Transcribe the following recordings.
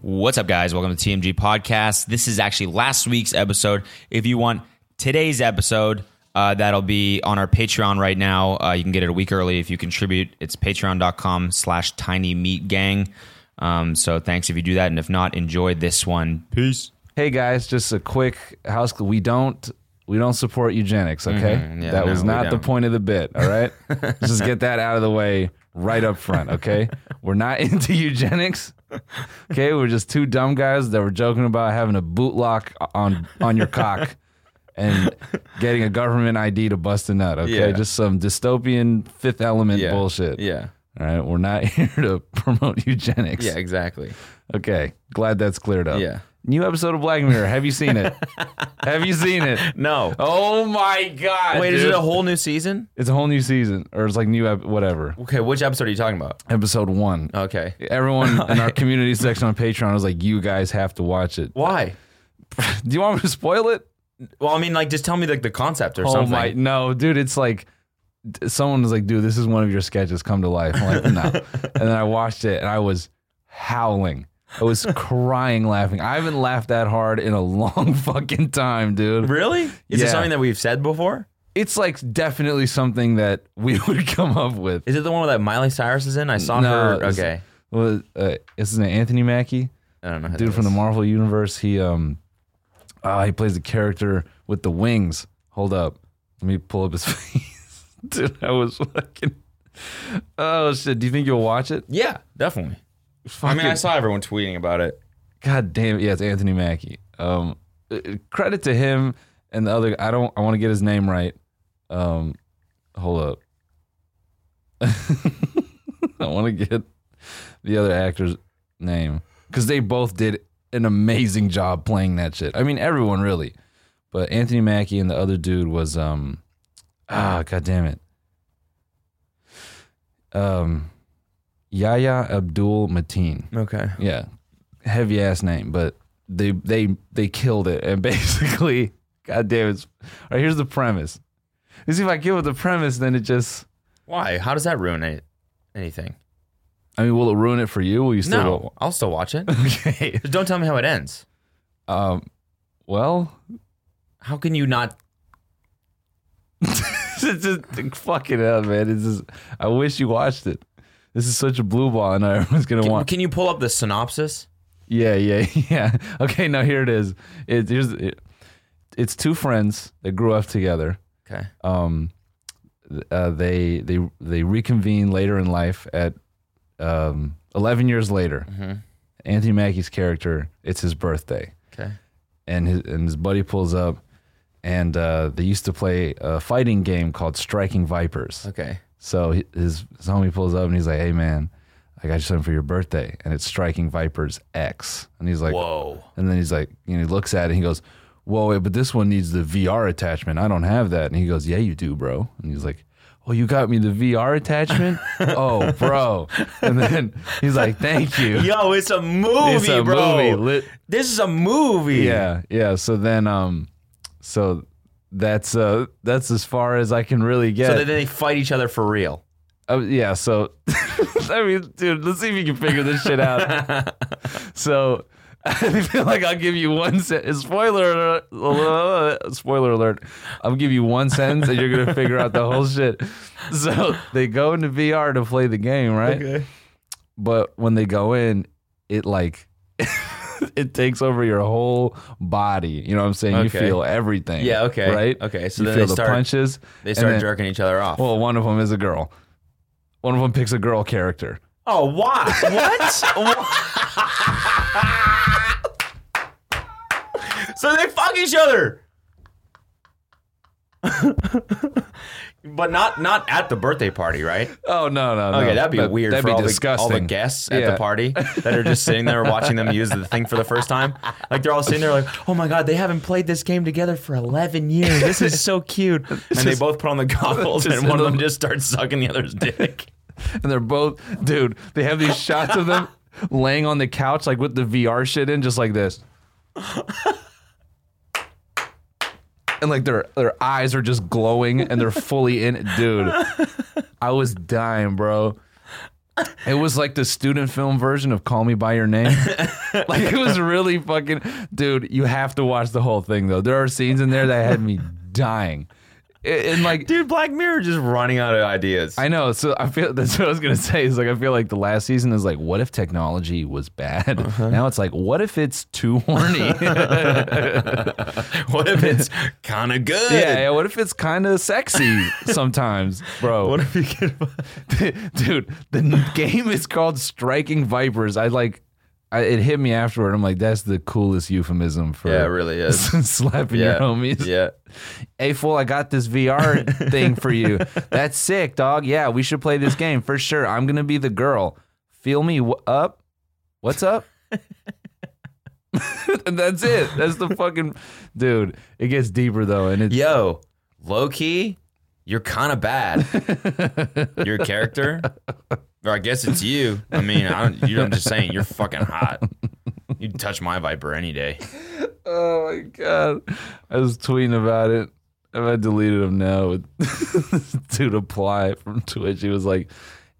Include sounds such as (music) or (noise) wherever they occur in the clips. What's up, guys? Welcome to TMG Podcast. This is actually last week's episode. If you want today's episode, uh, that'll be on our Patreon right now. Uh, you can get it a week early if you contribute. It's patreon.com slash tiny meat gang. Um, so thanks if you do that. And if not, enjoy this one. Peace. Hey guys, just a quick house. We don't we don't support eugenics. Okay, Mm-hmm. yeah, that no, was we not the don't. point of the bit. (laughs) All right, Let's just get that out of the way right up front. Okay, we're not (laughs) into eugenics. Okay, we're just two dumb guys that were joking about having a boot lock on on your cock and getting a government ID to bust a nut. Okay, Yeah. just some dystopian Fifth Element bullshit. Yeah. All right, we're not (laughs) here to promote eugenics. exactly. Okay, glad that's cleared up. Yeah. New episode of Black Mirror. Have you seen (laughs) it? Have you seen it? No. Oh my god! Wait, is dude. it a whole new season? It's a whole new season, or it's like new ep- whatever. Okay, which episode are you talking about? Episode one. Okay. Everyone (laughs) in our community section on Patreon was like, "You guys have to watch it." Why? Do you want me to spoil it? Well, I mean, like, just tell me like the concept or something. Oh my! No, dude, it's like d- someone was like, "Dude, this is one of your sketches come to life." I'm (laughs) like, "No," and then I watched it and I was howling. I was crying, laughing. I haven't laughed that hard in a (laughs) long fucking time, dude. Really? Is Yeah. it something that we've said before? It's like definitely something that we (laughs) would come up with. Is it the one that Miley Cyrus is in? I saw No, her. it's- Okay. Well, uh, is his name Anthony Mackie? I don't know. How Dude that from the is. Marvel universe. He um, uh, he plays the character with the wings. Hold up, let me pull up his (laughs) face. Dude, I was fucking. Oh shit! Do you think you'll watch it? Yeah, definitely. I mean, I saw everyone tweeting about it. God damn it! Yeah, it's Anthony Mackie. Um, uh, credit to him and the other. I don't. I want to get his name right. Um, hold up. (laughs) I want to get the other actor's name because they both did an amazing job playing that shit. I mean, everyone really, but Anthony Mackie and the other dude was um, ah, god damn it. Um, Yahya Abdul Mateen. Okay. Yeah, heavy ass name, but they they they killed it. And (laughs) basically, God damn it's All right, here's the premise. You see, if I give it the premise, then it just. Why? How does that ruin it? Anything? I mean, will it ruin it for you? Will you still? No, I'll still watch it. (laughs) Okay. Just don't tell me how it ends. Um. Well, (laughs) How can you not? it's just fuck it up, man. It's just. I wish you watched it. This is such a blue ball, and (laughs) everyone's gonna want. Can you pull up the synopsis? Yeah, yeah, (laughs) yeah. Okay, now here it is. It, here's. It, it's two friends that grew up together. Okay. um, th- uh, they they they reconvene later in life at um, 11 years later. Mm-hmm. Anthony Mackie's character, it's his birthday, Okay. and his and his buddy pulls up, and uh, they used to play a fighting game called Striking Vipers. Okay. So hi- his, his homie pulls up and he's like, "Hey man, I got you something for your birthday," and it's Striking Vipers X, and he's like, Whoa. and then he's like, you know, he looks at it and he goes, Whoa, wait, but this one needs the VR attachment. I don't have that. And he goes, Yeah, you do, bro. And he's like, Oh, you got me the VR attachment? (laughs) oh, bro. And then he's like, Thank you. Yo, it's a movie, (laughs) It's a bro. movie. Lit- This is a movie. yeah, yeah. So then um so that's uh that's as far as I can really get. So that they fight each other for real. (laughs) Uh, yeah, so (laughs) I mean, dude, let's see if you can figure this shit out. so (laughs) I feel like I'll give you one sentence. Spoiler alert! Spoiler alert! I'll give you one sentence, and you're gonna figure out the whole shit. So they go into VR to play the game, right? But when they go in, it like (laughs) it takes over your whole body. You know what I'm saying? You Okay. feel everything. Yeah, okay. Right? Okay, so you then feel they the start- punches. They and start then- jerking each other off. Well, one of them is a girl. One of them picks a girl character. Oh, why? What? so they fuck each other. but not not at the birthday party, right? Oh no no no! Okay, that'd be That- weird That'd for be all, disgusting. The, all the guests at Yeah. the party that are just sitting there watching them use the thing for the first time. Like they're all sitting there like, "Oh my god, they haven't played this game together for 11 years. This is so (laughs) cute." And they both put on the goggles and one of them just starts sucking the other's dick. and they're both dude. They have these shots of them laying on the couch like with the VR shit in, just like this. And like their their eyes are just glowing and they're fully in it. Dude, I was dying, bro. It was like the student film version of Call Me by Your Name. (laughs) like it was really fucking dude, you have to watch the whole thing though. There are scenes in there that had me dying. It- And like Dude, Black Mirror just running out of ideas. I know, so I feel (laughs) that's what I was gonna say. Is like I feel like the last season is like, what if technology was bad? Uh-huh. Now it's like, what if it's too (laughs) horny? (laughs) (laughs) what if it's kind of good? Yeah, yeah. What if it's kind of (laughs) sexy sometimes, bro? What if you can? (laughs) Dude, the n- game is called Striking Vipers. I like, I, it hit me afterward. I'm like, that's the coolest euphemism for Yeah, it really is. (laughs) slapping Yeah. your homies. (laughs) Yeah. Hey, fool, I got this (laughs) VR thing for you. That's sick, dog. Yeah, we should play this game for sure. I'm gonna be the girl. Feel me w- up? What's up? (laughs) and that's it. That's the fucking dude. It gets deeper though, and it's Yo, low key, you're kind of (laughs) bad. Your character, or I guess it's you. I mean, I don't, you, I'm just saying, you're fucking hot. You'd touch my viper any day. Oh my god! I was tweeting about it. and I deleted him now. (laughs) Dude, apply from Twitch. He was like,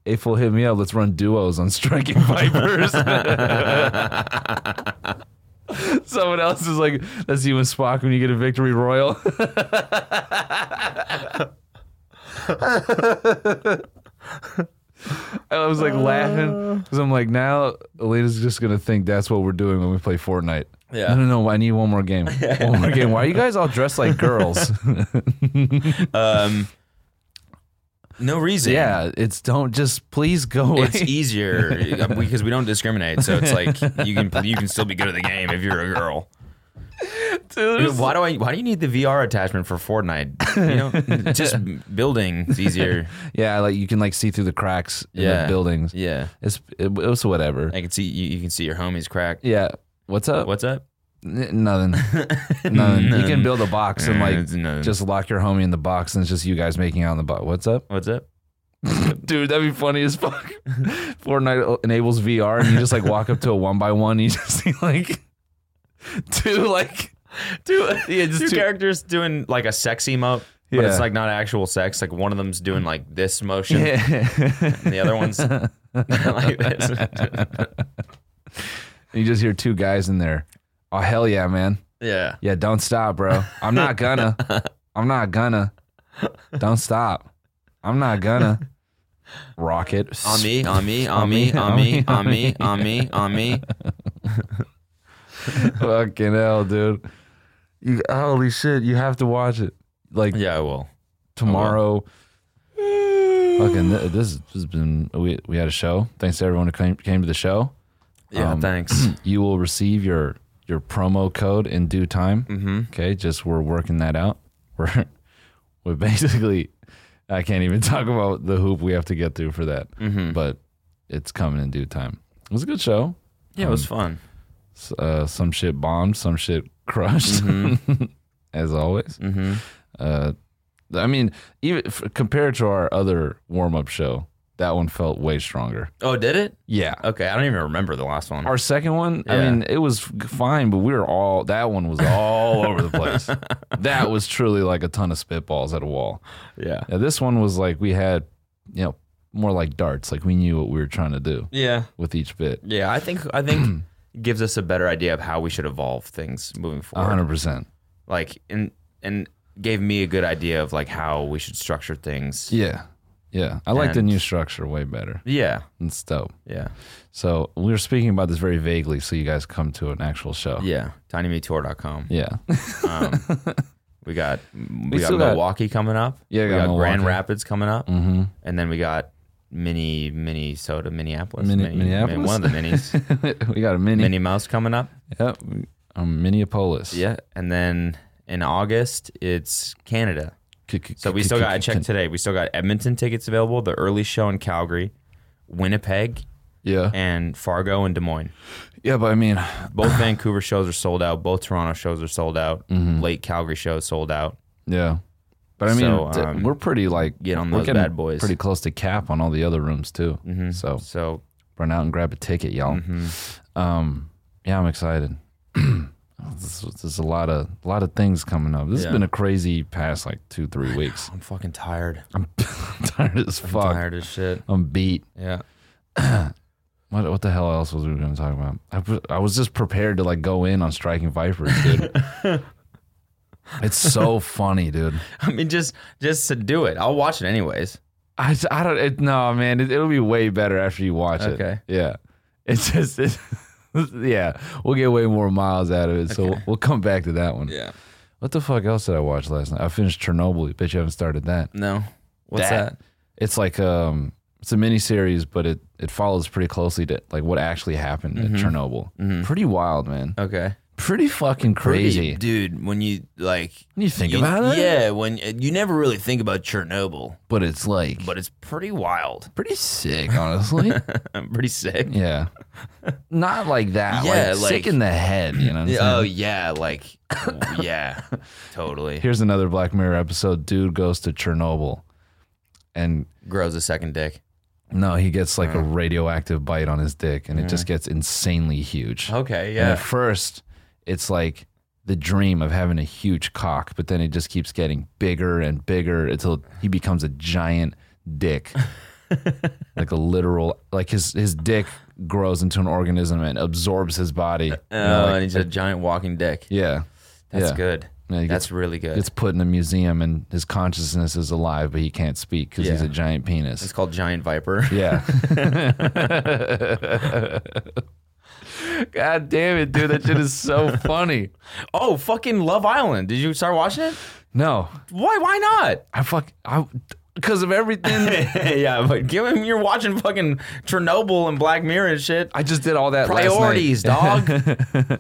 "If will hit me up, let's run duos on striking vipers." (laughs) Someone else is like, "That's you and Spock when you get a victory royal." I was like laughing because I'm like, now Alita's just gonna think that's what we're doing when we play Fortnite. Yeah. No, no, no. I need one more (laughs) game. One more game. Why are you guys all dressed like girls? Um, no reason. yeah. It's don't just please go away. It's easier (laughs) because we don't discriminate. So it's like you can you can still be good at the game if you're a girl. (laughs) Dude, e- why do I? Why do you need the VR attachment for Fortnite? You (laughs) know, just building is easier. yeah. Like you can like see through the cracks in Yeah. the buildings. Yeah, It's it, it was whatever. I can see you. You can see your homies crack. Yeah. What's up? What's up? N- nothing. nothing. Uh, Mm-hmm. (laughs) You can build a box and like no. just lock your homie in the box and it's just you guys making out in the box. What's (laughs) up? what's up? Dude, that'd be funny as fuck. Fortnite enables VR, and you just like walk up to a one by one, and you just see like two like Two, yeah, just two two- characters doing like a sex emote, but Yeah. it's like not actual sex. Like one of them's doing like this motion, Yeah. (laughs) and the other one's like this. you just hear two guys in there. Oh hell yeah, man! yeah, Yeah, don't stop, bro. I'm not gonna. I'm not gonna. Don't stop. I'm not (laughs) gonna. Rocket on me, on (laughs) me, on me, on me, on me, on me, on me. Fucking hell, dude. You holy shit, you have to watch it. Like Yeah, I will. tomorrow. Fucking th- this has been we we had a show. Thanks to everyone who came came to the show. Yeah, Um, (clears throat) thanks. You will receive your your promo code in due time. Mm-hmm. Okay, just we're working that out. We're (laughs) we're basically I can't even (laughs) talk about the hoop we have to get through for that, Mm-hmm. but it's coming in due time. It was a good show. Yeah, it was um, fun. S- Uh, some shit bombed, some shit crushed, (laughs) as always. Mm-hmm. Uh, I mean, even f- compared to our other warm up show, that one felt way stronger. Oh, did it? Yeah. Okay, I don't even remember the last one. Our second one, I Yeah. mean, it was f- fine, but we were all, that one was all over the (laughs) place. That was truly like a ton of spitballs at a wall. yeah. Now, this one was like we had, you know, more like darts, like we knew what we were trying to do Yeah. with each bit. Yeah, I think I think (clears throat) it gives us a better idea of how we should evolve things moving forward. 100%. Like and and gave me a good idea of like how we should structure things. Yeah. Yeah. I like the And- new structure way better. Yeah. It's dope. Yeah. So we were speaking about this very vaguely, so you guys come to an actual show. Yeah. Tinymetour.com. Yeah. (laughs) Um, we got we, got still got- Milwaukee coming up. Yeah, we got got, Grand Milwaukee. Rapids coming up. Mm-hmm. And then we got mini Minnesota Minneapolis. Mini- Mini- Minneapolis? one of the minis. (laughs) we got a mini. Minnie Mouse coming up. Yep. Um, Minneapolis. Yeah. And then in August it's Canada. C- c- So we c- still c- got. I c- checked today. We still got Edmonton tickets available. The early show in Calgary, Winnipeg, Yeah. and Fargo and Des Moines. Yeah, but I mean, (sighs) Both Vancouver shows are sold out. Both Toronto shows are sold out. Mm. Late Calgary shows sold out. yeah. But I mean, So, th- um, we're pretty like get on we're those getting bad boys. Mm. Mm-hmm. Pretty close to cap on all the other rooms too. So So mm-hmm. run out and grab a ticket, y'all. Mm. Um, yeah, I'm excited. (clears throat) this, there's a lot of a lot of things coming up. This Yeah. has been a crazy past like two three weeks. (laughs) I'm fucking tired. I'm tired as fuck. Tired as shit. I'm beat. Yeah. (laughs) What, what the hell else was we going to talk about? I, put- I was just prepared to like go in on striking vipers, dude. (laughs) it's so funny, dude. I mean, just just to do it. I'll watch it anyways. I, I don't it, no man. It, it'll be way better after you watch it. Okay. Yeah. It's just it, (laughs) yeah. We'll get way more miles out of it. So we'll, we'll come back to that one. Yeah. What the fuck else did I watch last night? I finished Chernobyl. Bet you haven't started that. No. What's that? That- It's like um it's a mini series, but it it follows pretty closely to like what actually happened Mm-hmm. at Chernobyl. Pretty wild, man. Okay. Pretty fucking crazy. Pretty- dude. When you like, When you think you- about it, Yeah. When you never really think about Chernobyl, But it's like but it's pretty wild. (laughs) pretty sick, honestly. pretty sick. (laughs) yeah. Not like that. Yeah, like, sick like- in the head, you know. (laughs) What I'm saying? Oh yeah, like (laughs) yeah, totally. Here's another Black Mirror episode. Dude goes to Chernobyl and Grows a second dick. no, he gets like a Mm. radioactive bite on his dick and it just gets insanely huge. Okay, And at first, it's like the dream of having a huge cock, but then it just keeps getting bigger and bigger until he becomes a giant dick. (laughs) like a literal like his his dick grows into an organism and absorbs his body. You Oh, know, like- and he's a giant walking dick. yeah. That's yeah. good. Yeah, he That's really good. Gets put in a museum and his consciousness is alive, but he can't speak because he's Yeah. a giant penis. It's called Giant (laughs) Viper. Yeah. (laughs) God damn it, dude. That shit is so funny. Oh, fucking Love Island. Did you start watching it? No, Why? Why (laughs) not? I fuck. I because of everything. yeah, but given you're watching fucking Chernobyl and Black Mirror and shit. I just did all that. last night. Priorities, (laughs) dog.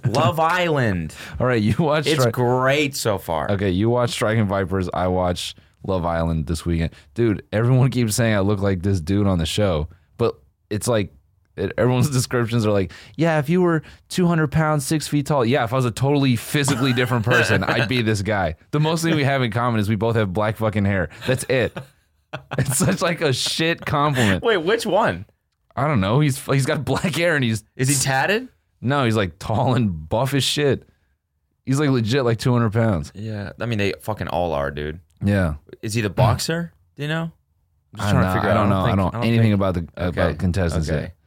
Love Island. All right, you watched. It's Stri- great so far. okay, you watched Striking Vipers. I watched Love Island this weekend, dude. Everyone keeps saying I look like this dude on the show, but it's like. It, everyone's (laughs) descriptions are like, yeah, if you were 200 pounds, six feet tall, yeah, if I was a totally physically (laughs) different person, I'd be this guy. The most thing we have in common is we both have black fucking hair. That's (laughs) it. It's such like a shit compliment. Wait, which one? I don't know. He's he's got black hair and he's Is he tatted? No, he's like tall and buff as shit. He's like legit like 200 pounds. Yeah. I mean, they fucking all are, dude. Yeah. Is he the boxer? Do you know? I'm I don't, know. I don't know. I don't, anything about the uh, about contestants Okay. (laughs)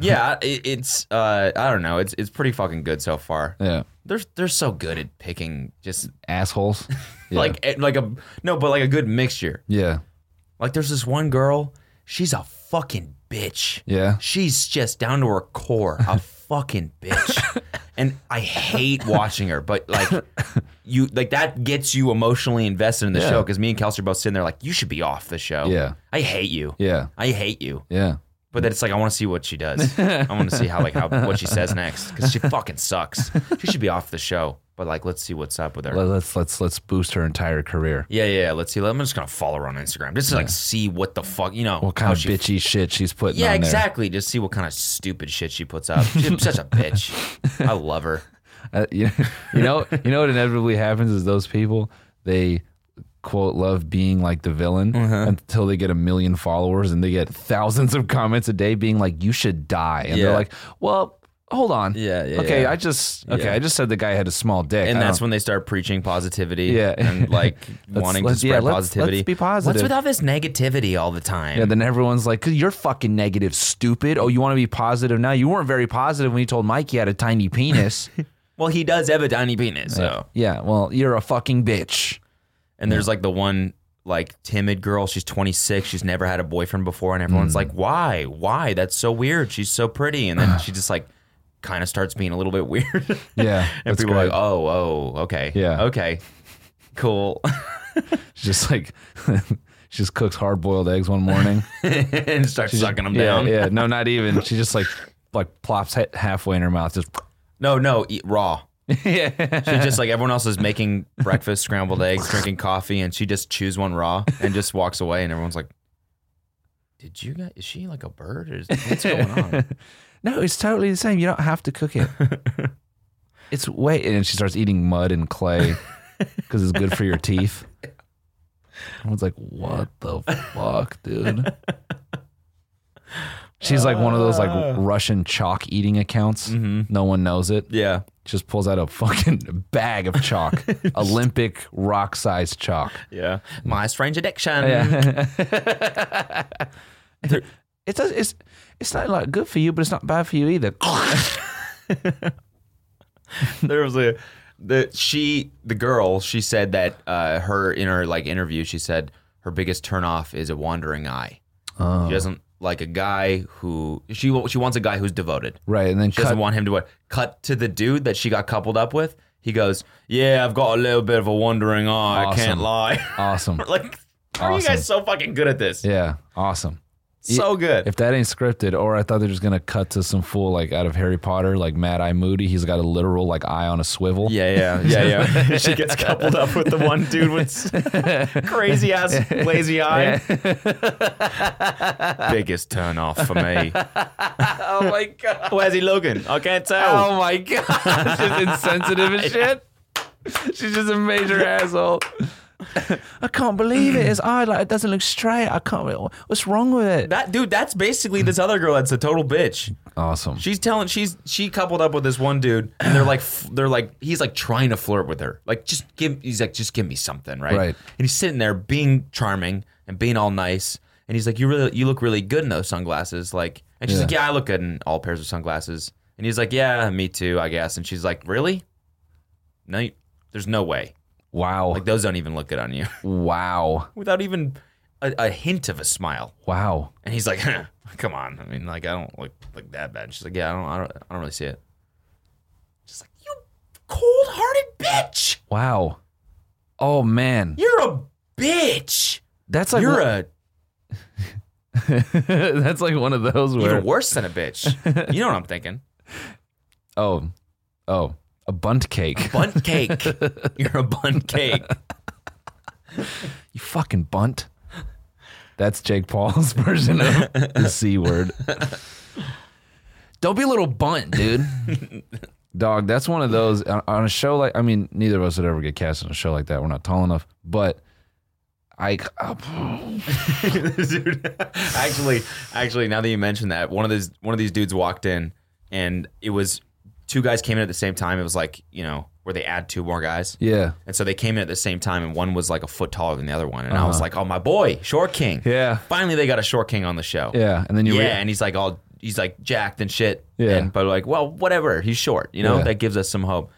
yeah, I- it's uh, I don't know. It's it's pretty fucking good so far. yet. Yeah. They're they're so good at picking just (laughs) Assholes. Yeah. like eh, like a no, but like a good mixture. yeah. Like there's this one girl, she's a fucking bitch. Yeah. She's just down to her core, (laughs) a fucking bitch. And I hate watching her, but (laughs) like you like that gets you emotionally invested in the Yeah. show because me and Kelsey are both sitting there like, you should be off the show. Yeah. I hate you. Yeah. I hate you. Yeah. But then it's like I want to see what she does. I want to see how like how what she says next because she fucking sucks. She should be off the show. But like, let's see what's up with her. Let, let's let's let's boost her entire career. yeah, yeah. yeah, Let's see. I'm just gonna follow her on Instagram just to like see what the fuck you know. What kind how of she- bitchy shit she's putting Yeah, on there. exactly. Just see what kind of stupid shit she puts up. She's such a bitch. I love her. Uh, you, you know, (laughs) you know what inevitably happens is those people they quote love being like the villain Uh-huh. until they get a million followers and they get thousands of comments a day being like you should die and they're Yeah. like, well, hold on, Yeah, yeah, okay, yeah. I just okay, I just said the guy had a small dick, And I that's don't- when they start preaching positivity. Yeah. and like wanting (laughs) let's- to spread yeah, let's- positivity. let's be positive. What's with all this negativity all the time? yeah, then everyone's like, "Cause you're fucking negative, stupid. Oh, you want to be positive now? You weren't very positive when you told Mike he had a (laughs) tiny penis. well, he does have a tiny penis, so. yeah, well, you're a fucking bitch. And there's like the one like timid girl. She's 26. She's never had a boyfriend before, and Mm. everyone's like, "Why? Why? That's so weird. She's so pretty." And (sighs) then she just like kind of starts being a little bit (laughs) weird. (laughs) and Yeah, that's people are great. like, "Oh, oh, okay, Yeah. okay, cool." (laughs) She just like (laughs) she just cooks hard boiled eggs one morning. and starts sucking them yeah, down. yeah. No, not even. She just like like plops ha- halfway in her mouth. Just (laughs) No, no, eat raw. yeah, She's (laughs) just like everyone else is making breakfast, scrambled eggs, drinking coffee, and she just chews one raw and just walks away. And everyone's like, "Did you guys? Is she like a bird? Or is, what's going (laughs) on?" no, it's totally the same. You don't have to cook it. It's way, and she starts eating mud and clay because it's good for your teeth. Everyone's like, "What the fuck, dude." She's like one of those like Russian chalk eating accounts. No one knows it. Yeah. just pulls out a fucking (laughs) bag of chalk, Olympic rock sized chalk. (laughs) Yeah. My strange addiction. Yeah. It's it's it's not like good for you, but it's not bad for you either. (laughs) there was a the she the girl she said that uh, her in her like interview she said her biggest turnoff is a wandering eye. Oh. She doesn't like a guy who she wa- she wants a guy who's devoted. (laughs) right, and then She doesn't want him to what? Cut to the dude that she got coupled up with. He goes, "Yeah, I've got a little bit of a wandering eye. I can't Awesome. lie." (laughs) awesome. like, how are you Awesome. guys so fucking good at this? Yeah, awesome. So good. If that ain't scripted, or I thought they're just gonna cut to some fool like out of Harry Potter, like Mad Eye Moody. He's got a literal like eye on a swivel. yeah, yeah, yeah, yeah. (laughs) she gets coupled up with the one dude (laughs) with crazy ass lazy eye. (laughs) Biggest turn off for (laughs) me. Oh my god. Where's he looking? I can't tell. Oh my god. She's insensitive (laughs) as shit. She's just a (laughs) major asshole. I can't believe it. His eye like it doesn't look straight. I can't. What's wrong with it? That dude, that's basically this other girl that's a total bitch. Awesome. She's telling she's she coupled up with this one dude, and they're like f- they're like he's like trying to flirt with her, like just give he's like just give me something, right? Right. And he's sitting there being charming and being all nice, and he's like, you really you look really good in those sunglasses, like, and she's Yeah. like, yeah, I look good in all pairs of sunglasses, and he's like, yeah, me too, I guess, and she's like, really? No, you- there's no way, Wow. like those don't even look good on you, (laughs) wow. without even a, a hint of a smile. Wow. And he's like, "Come on, I mean, like, I don't look like that bad." And she's like, "Yeah, I don't, I don't, I don't really see it." Just like you, cold-hearted bitch. Wow. Oh man. You're a bitch. That's like You're one- a (laughs) that's like one of those where even worse than a bitch. you know what I'm thinking? oh oh a bunt cake. Bun cake. You're a bun cake. (laughs) You fucking bunt. That's Jake Paul's (laughs) version of the C word. Don't be a little (laughs) bunt, dude. Dog, that's one of those on on a show like I mean, neither of us would ever get cast on a show like that. We're not tall enough, but I oh, Dude, actually, actually, now that you mention that, one of these one of these dudes walked in, and it was two guys came in at the same time. It was like you know where they add two more guys. yeah. And so they came in at the same time, and one was like a foot taller than the other one. And I was like, "Oh, my boy, Short King!" Uh-huh. Yeah. Finally, they got a Short King on the show. Yeah, and then you yeah. re- and he's like, all he's like jacked and shit. Yeah. And, but like, well, whatever. He's short, you know. Yeah. That gives us some hope.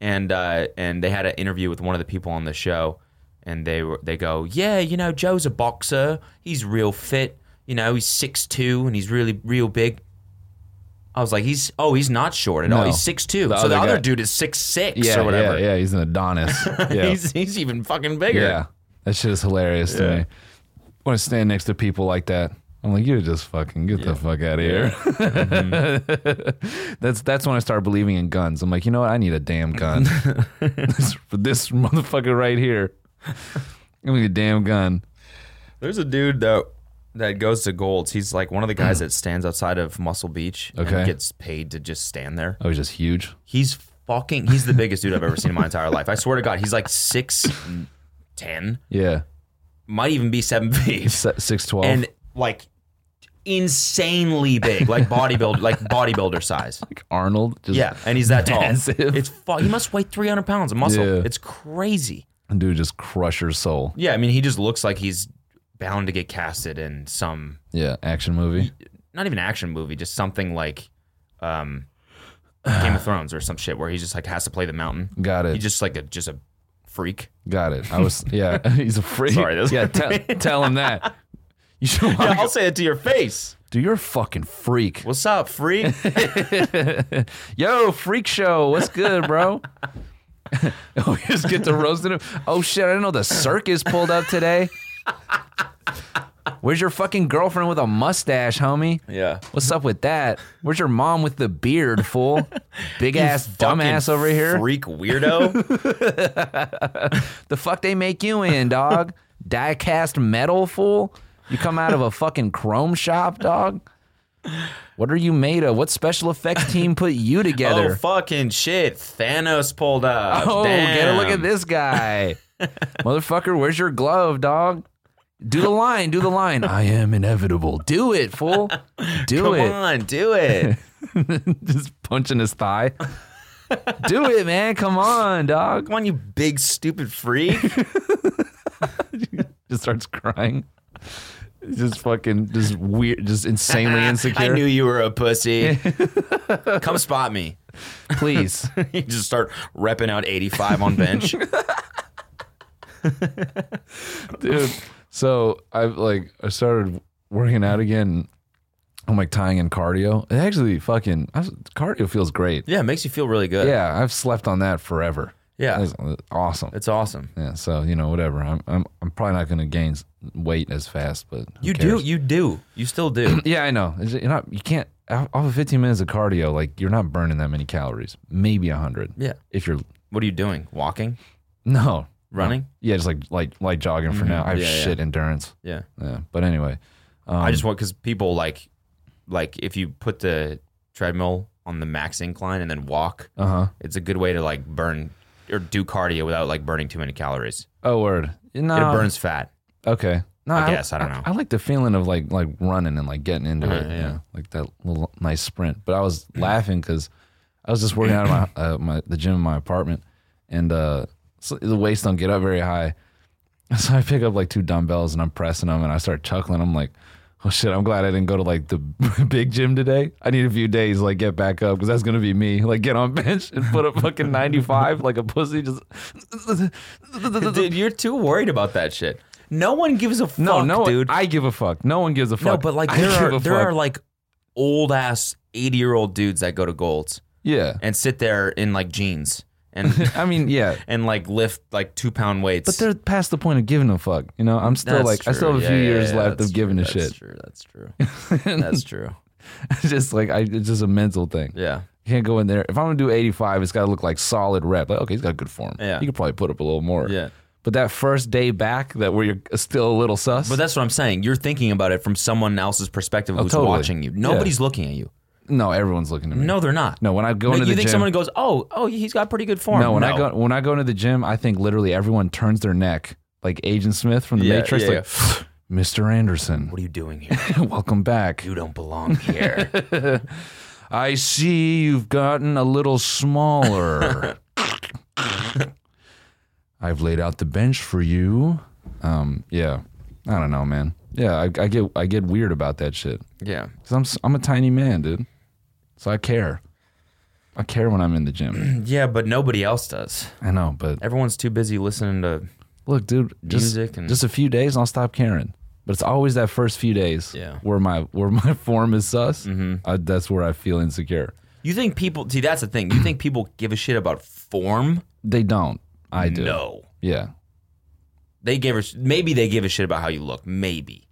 And uh, and they had an interview with one of the people on the show, and they were they go, "Yeah, you know, Joe's a boxer. He's real fit. You know, he's six two and he's really real big." I was like, "He's oh, he's not short at all. No. He's six two. The so the other other guy- dude is six six yeah, or whatever." yeah, yeah, he's (laughs) an Adonis. Yeah. He's he's even fucking bigger. Yeah. That shit is hilarious to me. When I stand next to people like that, I'm like, you're just fucking get the fuck out of here. (laughs) that's that's when I start believing in guns. I'm like, you know what? I need a (laughs) damn gun. this, this motherfucker right here. Give me a damn gun. There's a dude that that goes to Golds. He's like one of the guys that stands outside of Muscle Beach Okay. and gets paid to just stand there. I was Oh, just huge. He's fucking he's the biggest dude I've ever seen in my entire life. I swear to God, he's like six ten, Yeah. might even be seven feet. Six twelve. And like insanely big. Like bodybuild like bodybuilder (laughs) size. like Arnold. Just, Yeah. And he's that tall. Massive. It's fu- he must weigh three hundred pounds of muscle. Yeah. It's crazy. Dude, just crush your soul. Yeah, I mean he just looks like he's bound to get casted in some Yeah. Action movie. not even action movie, just something like um, Game (sighs) of Thrones or some shit where he just like has to play the mountain. Got it. He's just like a just a (laughs) freak. Got it. I was. Yeah. (laughs) he's a freak. Sorry, that's- yeah. Tell, tell him that. You (laughs) should. walk I'll say it to your face. Dude, you're a fucking freak. What's up, freak? (laughs) Yo, freak show. What's good, bro? (laughs) we just get to roasting him. Oh shit, I didn't know the circus pulled up today. Where's your fucking girlfriend with a mustache, homie? (laughs) yeah. What's up with that? Where's your mom with the beard, (laughs) fool? Big ass dumbass over here. Freak (laughs) weirdo. The fuck they make you in, (laughs) dog? Die cast metal, fool? You come out of a fucking chrome shop, dog? What are you made of? What special effects team put you together? (laughs) oh fucking shit. Thanos pulled up. Oh, get a look Damn. at this guy. (laughs) Motherfucker, where's your glove, dog? Do the line, do the line. I am inevitable. Do it, (laughs) fool. Do Come it. on, do it. (laughs) (laughs) Just punching his thigh. do it, man. Come on, dog. Come on, you (laughs) big stupid freak. (laughs) Just starts crying. just fucking, just weird, just insanely (laughs) Ah, insecure. (laughs) I knew you were a (laughs) pussy. Come spot me. (laughs) Please, You just start repping out 85 on (laughs) bench. dude. So I've like, I started working out again. I'm like tying in cardio. It actually fucking I, cardio feels great. yeah, it makes you feel really good. Yeah, I've slept on that forever. Yeah. That's awesome. It's awesome. Yeah, so you know, whatever. I'm I'm, I'm probably not going to gain s- weight as fast, but who You cares? do. You do. You still (clears throat) do. Yeah, I know. It's- You're not. You can't. Off off of 15 minutes of cardio, like you're not burning that many calories. Maybe 100. yeah. If you're What are you doing? Walking? no (laughs) Running? Mm-hmm. Yeah, just like like like jogging for now. I have Yeah, yeah. shit endurance. Yeah. Yeah, but anyway, I just want because people like, like if you put the treadmill on the max incline and then walk, uh huh. it's a good way to like burn or do cardio without like burning too many calories. Oh word. No. it burns fat. Okay. No, I guess. I don't know. I, like the feeling of like like running and like getting into it. Uh-huh, Yeah. yeah. like that little nice sprint. But I (clears throat) was laughing because I was just working out of my, uh, my the gym in my apartment, and uh, so the weights don't get up very high. (laughs) So I pick up like two dumbbells and I'm pressing them, and I start chuckling. I'm like. Oh shit! I'm glad I didn't go to like the (laughs) big gym today. I need a few days to, like get back up because that's gonna be me. Like get on bench and put up fucking 95 like a (laughs) pussy. Just (laughs) dude, you're too worried about that shit. No one gives a fuck, no, no, dude. I give a fuck. No one gives a fuck. no, but (laughs) like I there give are a there fuck. are like old ass eighty year old dudes that go to Golds Yeah. and sit there in like jeans (laughs) and I mean, yeah. and like lift like two pound weights. But (laughs) they're past the point of giving a fuck. You know, I'm still That's like, I still have true. a few Yeah, yeah, years yeah, left that's of giving true, a shit. That's true. (laughs) That's true. that's true. just like, I, it's just a mental thing. Yeah. You can't go in there. If I'm going to do 85, it's got to look like solid rep. Like, okay, he's got good form. Yeah. You could probably put up a little more. Yeah. But that first day back, that where you're still a little sus. But that's what I'm saying. You're thinking about it from someone else's perspective who's Oh, totally. watching you. Nobody's looking at you. no, everyone's looking at me. No, they're not. No, when I go No, into you the think gym. someone goes, "Oh, oh, he's got pretty good form." no, when I go when I go into the gym, I think literally everyone turns their neck, like Agent Smith from the Yeah, Matrix, yeah, like (sighs) Mr. Anderson, (laughs) what are you doing here? welcome back. You don't belong (laughs) here. I see you've gotten a (laughs) little smaller. I've laid out the bench for you. Um, yeah, I don't know, man. Yeah, I, I get I get weird about that shit yeah. because I'm s- I'm a tiny man, dude. So I care. I care when I'm in the gym. (clears throat) Yeah, but nobody else does. I know, but Everyone's too busy listening to look, dude, just Music and- just a few days, and I'll stop caring. But it's always that first few days Yeah. Mm-hmm. where my where my (laughs) form is sus. I, that's where I feel insecure. You think people see that's the thing. You think people give a shit about form? They don't. I do. No. Yeah. They give a, maybe they give a shit about how you look. Maybe.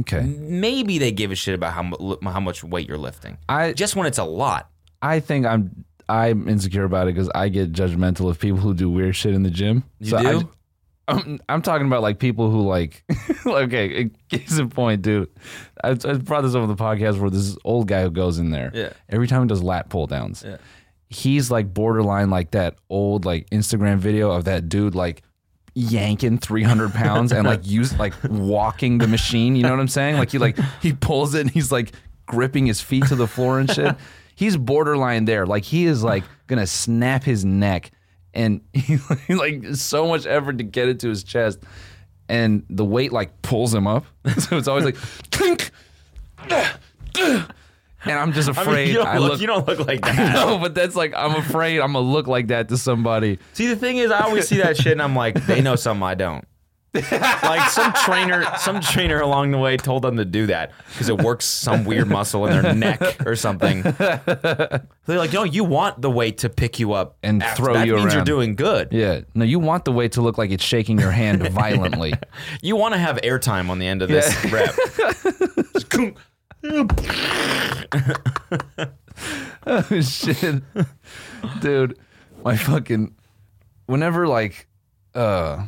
Okay. Mm. Maybe they give a shit about how mu- how much weight you're lifting. I Just when it's a lot. I think I'm I'm insecure about it because I get judgmental of people who do weird shit in the gym. You I, do? I'm, I'm talking about like people who like (laughs) okay case in point dude I, I brought this up on the podcast where this old guy who goes in there Yeah. every time he does lat pull downs Yeah. he's like borderline like that old like Instagram video of that dude like yanking 300 pounds and like use like walking the machine you know what I'm saying like he like he pulls it and he's like gripping his feet to the floor and shit he's borderline there like he is like gonna snap his neck and (laughs) he like so much effort to get it to his chest and the weight like pulls him up (laughs) so it's always like clink (laughs) and I'm just afraid I, look don't look like that. (laughs) no, but that's like I'm afraid I'm gonna look like that to somebody. See, the thing is, I always see that shit, and I'm like, they know something I don't. like some trainer, some trainer along the way told them to do that because it works some weird muscle in their neck or something. They're like, no, you want the weight to pick you up And throw that you means You're around. doing good. Yeah. No, you want the weight to look like it's shaking your hand violently. You want to have airtime on the end of this (laughs) rep. Just kunk. Oh, (laughs) shit. Dude, my fucking whenever like uh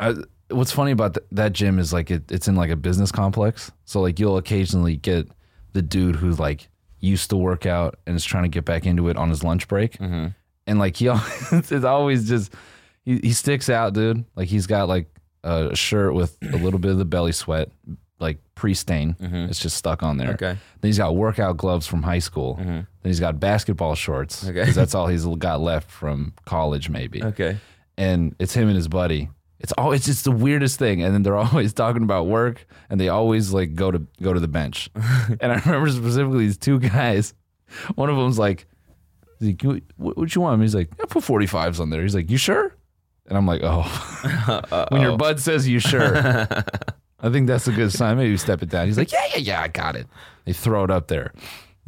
I, what's funny about th- that gym is like it, it's in like a business complex. So like you'll occasionally get the dude who's like used to work out and is trying to get back into it on his lunch break. And like he always, (laughs) it's always just he, he sticks out, dude. Like he's got like a shirt with a little bit of the belly sweat, like pre-stain. It's just stuck on there. Okay. Mm-hmm. Then he's got workout gloves from high school. Then he's got basketball shorts. Okay. Because that's all he's got left from college, (laughs) maybe Okay. and it's him and his buddy. It's all it's just the weirdest thing. And then they're (laughs) always talking about work and they always like go to go to the bench. and I remember specifically these two guys. One of them's like, he's like, "You- what, what you want? And he's like, yeah, put 45s on there. He's like, you sure? And I'm like, oh, (laughs) when your bud says you sure, I think that's a good sign. Maybe step it down. He's like, yeah, yeah, yeah, I got it. They throw it up there.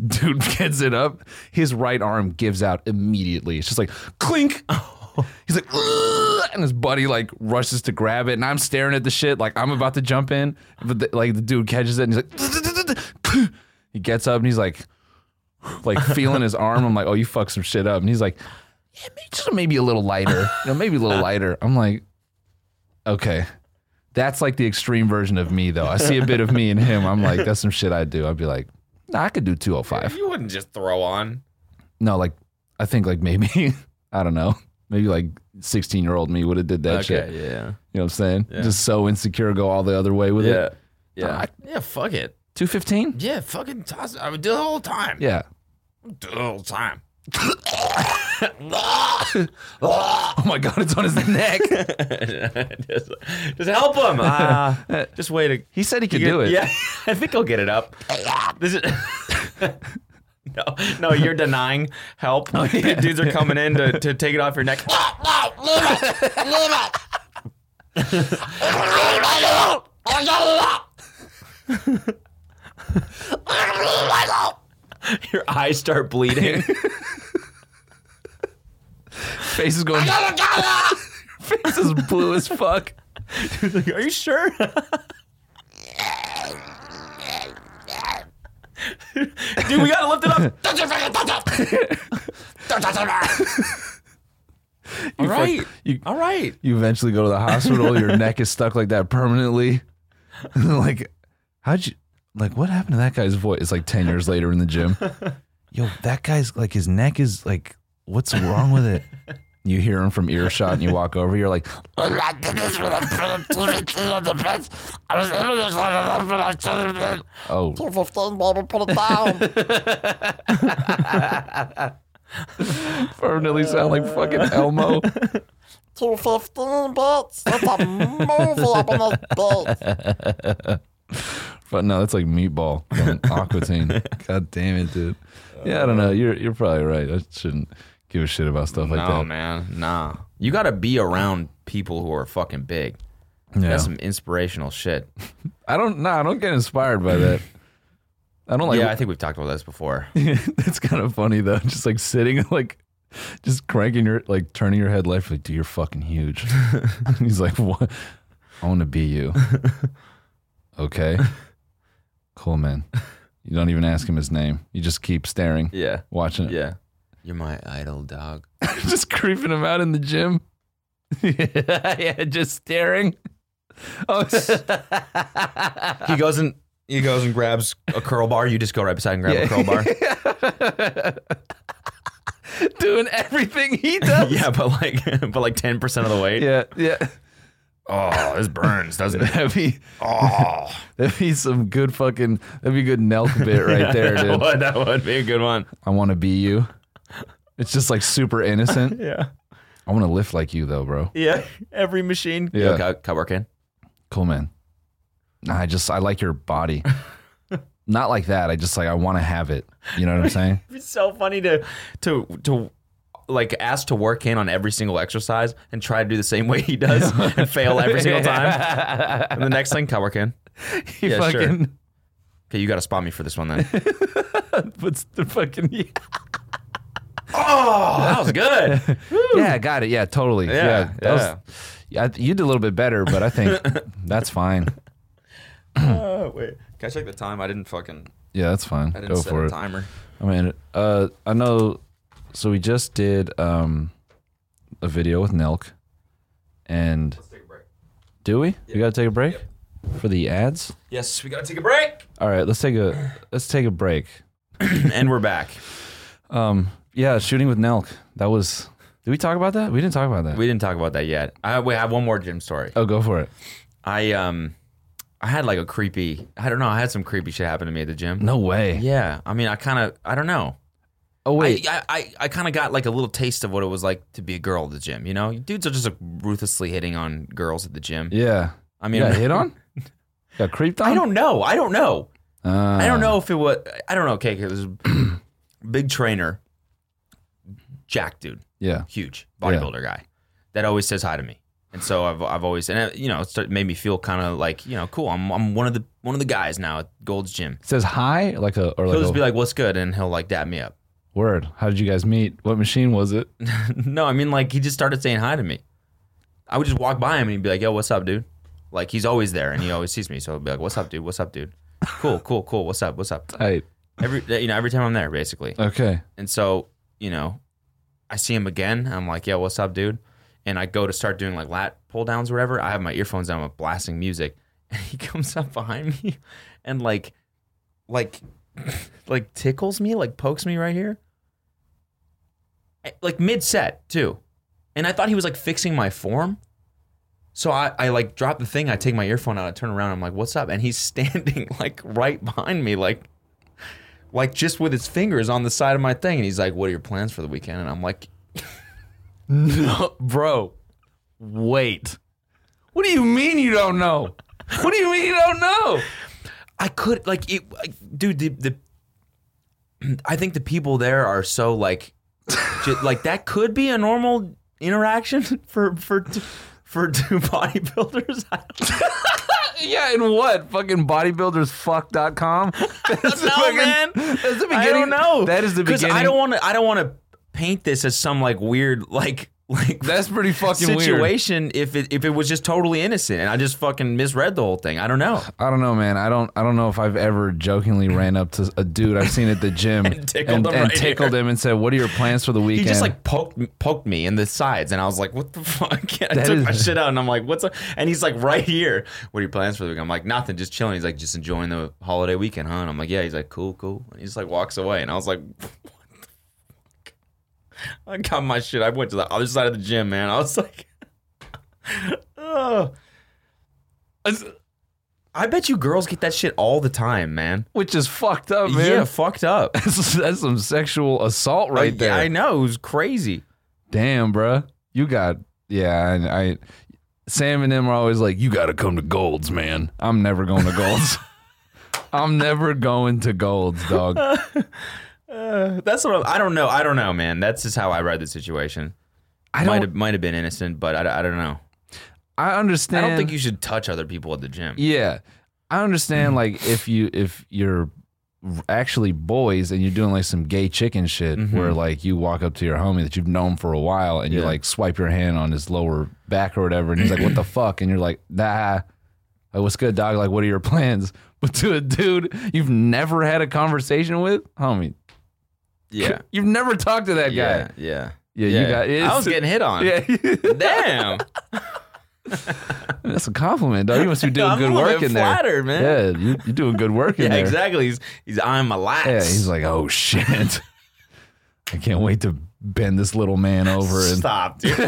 Dude (laughs) gets it up. His right arm gives out immediately. It's just like clink. He's like, "Ugh," and his buddy like rushes to grab it, and I'm staring at the shit like I'm about to jump in, but the, like the dude catches it and he's like, (laughs) he gets up and he's like, like feeling his arm. I'm like, oh, you fucked some shit up. And he's like, yeah, maybe, just maybe a little lighter. You know, maybe a little lighter. I'm like, okay. That's like the extreme version of me, though. I see a bit of me in him. I'm like, that's some shit I do. I'd be like, nah, I could do 205. You wouldn't just throw on. No, like, I think like maybe, (laughs) I don't know, maybe like 16 year old me would have did that shit. You yeah. know what I'm saying? Just so insecure, go all the other way with Yeah. it. Yeah. I- yeah, fuck it. 215? Yeah, fucking toss it. I would do it all the time. Yeah. (laughs) Do it all the time. (laughs) Oh my God, it's on his neck. just, just help him. (laughs) Uh, just wait. A, He said he could do it. Yeah, (laughs) I think I'll get it up. This is. (laughs) No, no, you're denying help. (laughs) Dudes are coming in (laughs) to, to take it off your neck. Your eyes start bleeding. Face is going. Face is blue as fuck. Like, (laughs) Are you sure? (laughs) Dude, we gotta lift it (laughs) up. Don't you fucking touch it! Don't touch it! (laughs) All right. You, All right. you eventually go to the hospital. Your neck is stuck like that permanently. (laughs) like, how'd you? Like, what happened to that guy's voice? It's like ten years later in (laughs) the gym. Yo, that guy's like his neck is like, what's wrong with it? You hear him from earshot, and you walk over. You're like, I did this with a TV on the bench. I was in this one and I should have been (laughs) oh, 215, baby, put it down. permanently sound like fucking (laughs) Elmo. 215, bitch. That's a movie up in (laughs) this bitch. But no, that's like meatball and Aquatine. God damn it, dude. Yeah, I don't know. You're you're probably right. I shouldn't give a shit about stuff like no, that. man. Nah. You gotta be around people who are fucking big. Yeah. That's some inspirational (laughs) shit. I don't. Nah, I don't get inspired by that. I don't like. yeah, I think we've talked about this before. (laughs) that's kind of funny though. Just like sitting, (laughs) like just cranking your, like turning your head left, like, dude, you're fucking (laughs) huge. And he's like, what? I want to be you. (laughs) okay. Cool, man. You don't even ask him his name. You just keep staring, (laughs) Yeah. watching it. Yeah. You're my idol dog. (laughs) just creeping him out in the gym. (laughs) yeah, just staring. (laughs) Oh, He goes and he goes and grabs a curl bar. You just go right beside and grab a curl (laughs) bar. doing everything (laughs) he does. yeah, but like (laughs) but like ten percent of the weight. yeah, yeah. Oh, this burns, doesn't (laughs) it? That'd be Oh, that'd be some good fucking that'd be a good Nelk bit (laughs) right there, dude. would, (laughs) that would be a good one. I want to be you. It's just like (laughs) super innocent. Yeah. I want to lift like you though, bro. Yeah. Every machine. Yeah. Yo, cut, cut work in. Cool man. Nah, I just I like your body. Not like that. I just like I want to have it. You know what I'm saying? It's so funny to to to like ask to work in on every single exercise and try to do the same way he does (laughs) and fail every (laughs) single time. And the next thing, cut work in. (laughs) He Yeah, sure. fucking Okay, you got to spot me for this one then. puts the fucking yeah. (laughs) oh, that was good. Yeah, got it. Yeah, totally. Yeah, Yeah, that was- yeah, You did a little bit better, but I think that's fine. (laughs) Oh, wait, can I check the time? I didn't fucking Yeah, that's fine. I didn't Go set for a it. timer. I mean, uh, I know. So we just did um, a video with Nelk, and Let's take a break. do we? We gotta take a break for the ads. Yes, we gotta take a break, (clears throat) All right, let's take a let's take a break. and we're back. Um, yeah, shooting with Nelk. That was. Did we talk about that? We didn't talk about that. We didn't talk about that yet. I we have one more gym story. oh, go for it. I um, I had like a creepy. I don't know. I had some creepy shit happen to me at the gym. No way. Yeah, I mean, I kind of. I don't know. Oh wait, I I, I, I kind of got like a little taste of what it was like to be a girl at the gym. You know, dudes are just like ruthlessly hitting on girls at the gym. yeah. I You mean, got (laughs) hit on? Got creeped on? I don't know. I don't know. Uh, I don't know if it was. I don't know. Okay, it was (clears throat) big trainer, Jack dude, Yeah. huge bodybuilder guy, that always says hi to me, and so I've I've always and it, you know it started- made me feel kind of like you know cool. I'm I'm one of the one of the guys now at Gold's Gym. It says hi, like a or He'll like a just be like, "What's good?" and he'll like dap me up. word. How did you guys meet? What machine (laughs) was it? no, I mean like he just started saying hi to me. I would just walk by him and he'd be like, "Yo, what's up, dude?" Like he's always there and he always sees me, so he'll be like, "What's up, dude? What's up, dude?" Cool, cool, cool. What's up? What's up? Right. Every you know every time I'm there, basically. Okay. And so, you know, I see him again. I'm like, yo, what's up, dude? And I go to start doing like lat pull downs or whatever. I have my earphones on, I'm blasting music. (laughs) And he comes up behind me (laughs) and like, like, (laughs) like tickles me, like pokes me right here. I- Like mid set too. And I thought he was like fixing my form. So I, I like drop the thing. I take my earphone out. I turn around. I'm like, what's up? And he's (laughs) standing like right behind me, like like just with his fingers on the side of my thing. And he's like, What are your plans for the weekend? And I'm like, No, bro. Wait. What do you mean you don't know? What do you mean you don't know? I could, like, it, like dude, the, the, (clears throat) I think the people there are so like, (laughs) ju- like that could be a normal interaction (laughs) for, for, t- for (laughs) two bodybuilders. (laughs) I don't know. Yeah, and what? Fucking bodybuildersfuck.com? (laughs) (laughs) That's No, man. That's the beginning. I don't know. That is the 'Cause beginning. I don't want to, I don't want to paint this as some like weird, like, (laughs) like That's pretty fucking weird. situation if it, if it was just totally innocent and I just fucking misread the whole thing. I don't know. I don't know, man. I don't. I don't know if I've ever jokingly ran up to a dude I've seen at (laughs) the gym and tickled him right tickled him and said, "What are your plans for the He weekend?" just like poked poked me in the sides, and I was like, "What the (laughs) fuck?" And I That took is- my shit out, and I'm like, "What's up?" And he's like, "Right here." What are your plans for the weekend? I'm like, "Nothing, just chilling." He's like, "Just enjoying the holiday weekend, huh?" And I'm like, "Yeah." He's like, "Cool, cool." And he just like walks away, and I was like, (laughs) "What the fuck?" I got my shit. I went to the other side of the gym, man. I was like, (laughs) "Oh." I bet you girls get that shit all the time, man. which is fucked up, Oh, man. Yeah, fucked up. (laughs) that's, that's some sexual assault right there. I know. It was crazy. Damn, bruh. You got yeah. And I, Sam and them are always like, "You got to come to Golds, man." I'm never going to (laughs) Golds. I'm never going to Golds, dog. Uh, that's what I'm, I don't know. I don't know, man. That's just how I read the situation. might I don't. have might have been innocent, but I, I don't know. I I understand. don't think you should touch other people at the gym. Yeah, I Mm-hmm. understand. Like if you if you're actually boys and you're doing like some gay chicken shit, where like you walk up to your homie that you've known for a while and you Mm-hmm. Yeah. like swipe your hand on his lower back or whatever, and he's like, "What the fuck?" and you're like, "Nah." Like, what's good, dog? Like, what are your plans? (laughs) But to a dude you've never had a conversation with, homie, Yeah, (laughs) you've never talked to that yeah, guy. yeah. Yeah, you got it. I was getting hit on. (laughs) Yeah, (laughs) Damn, (laughs) that's a compliment, dog. (laughs) You must be doing I'm good a little work bit in there. Flattered, man. Yeah, you, you're doing good work (laughs) in Yeah, there. exactly. He's he's eyeing my lats. Yeah, he's like, oh shit. (laughs) I can't wait to bend this little man over and stop, (laughs) dude.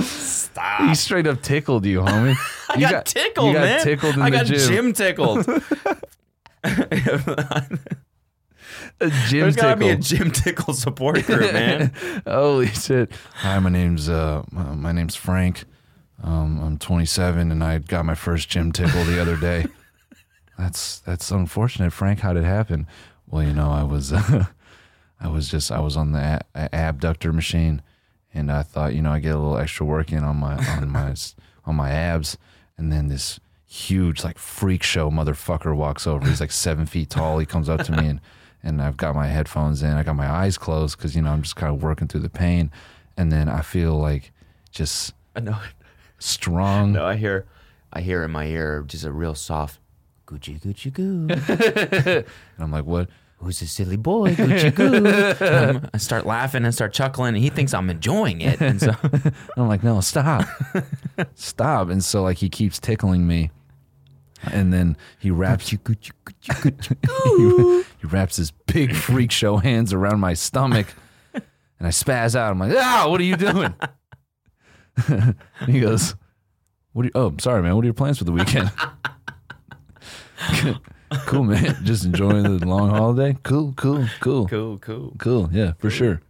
Stop. (laughs) he straight up tickled you, (laughs) homie. I you got, tickled, you got man. tickled in I the got gym. gym (laughs) tickled. (laughs) A gym There's gotta be tickle. a gym tickle support group, (laughs) man. Holy shit. Hi, my name's uh my my name's Frank. Um, I'm 27 and I got my first gym tickle the other (laughs) day. That's that's unfortunate, Frank. How did it happen? Well, you know, I was uh, I was just I was on the a- a- abductor machine, and I thought, you know, I get a little extra work in on my on my s- on my abs, and then this huge like freak show motherfucker walks over. He's like seven feet tall. He comes up to me and and I've got my headphones in. I got my eyes closed because you know I'm just kind of working through the pain, and then I feel like just I know. strong. No, I hear, I hear in my ear just a real soft, Gucci Gucci (laughs) Goo. And I'm like, what? Who's a silly boy? Gucci Goo. Um, I start laughing and start chuckling, and he thinks I'm enjoying it. And so, And I'm like, no, stop, stop. And so like he keeps tickling me, and then he wraps (laughs) he, he wraps his big freak show hands around my stomach, and I spaz out. I'm like, ah, what are you doing? (laughs) and he goes, what? Are you, oh, sorry, man. What are your plans for the weekend? (laughs) cool, man. Just enjoying the long holiday. Cool, cool, cool, (laughs) cool, Cool, cool. Yeah, for sure.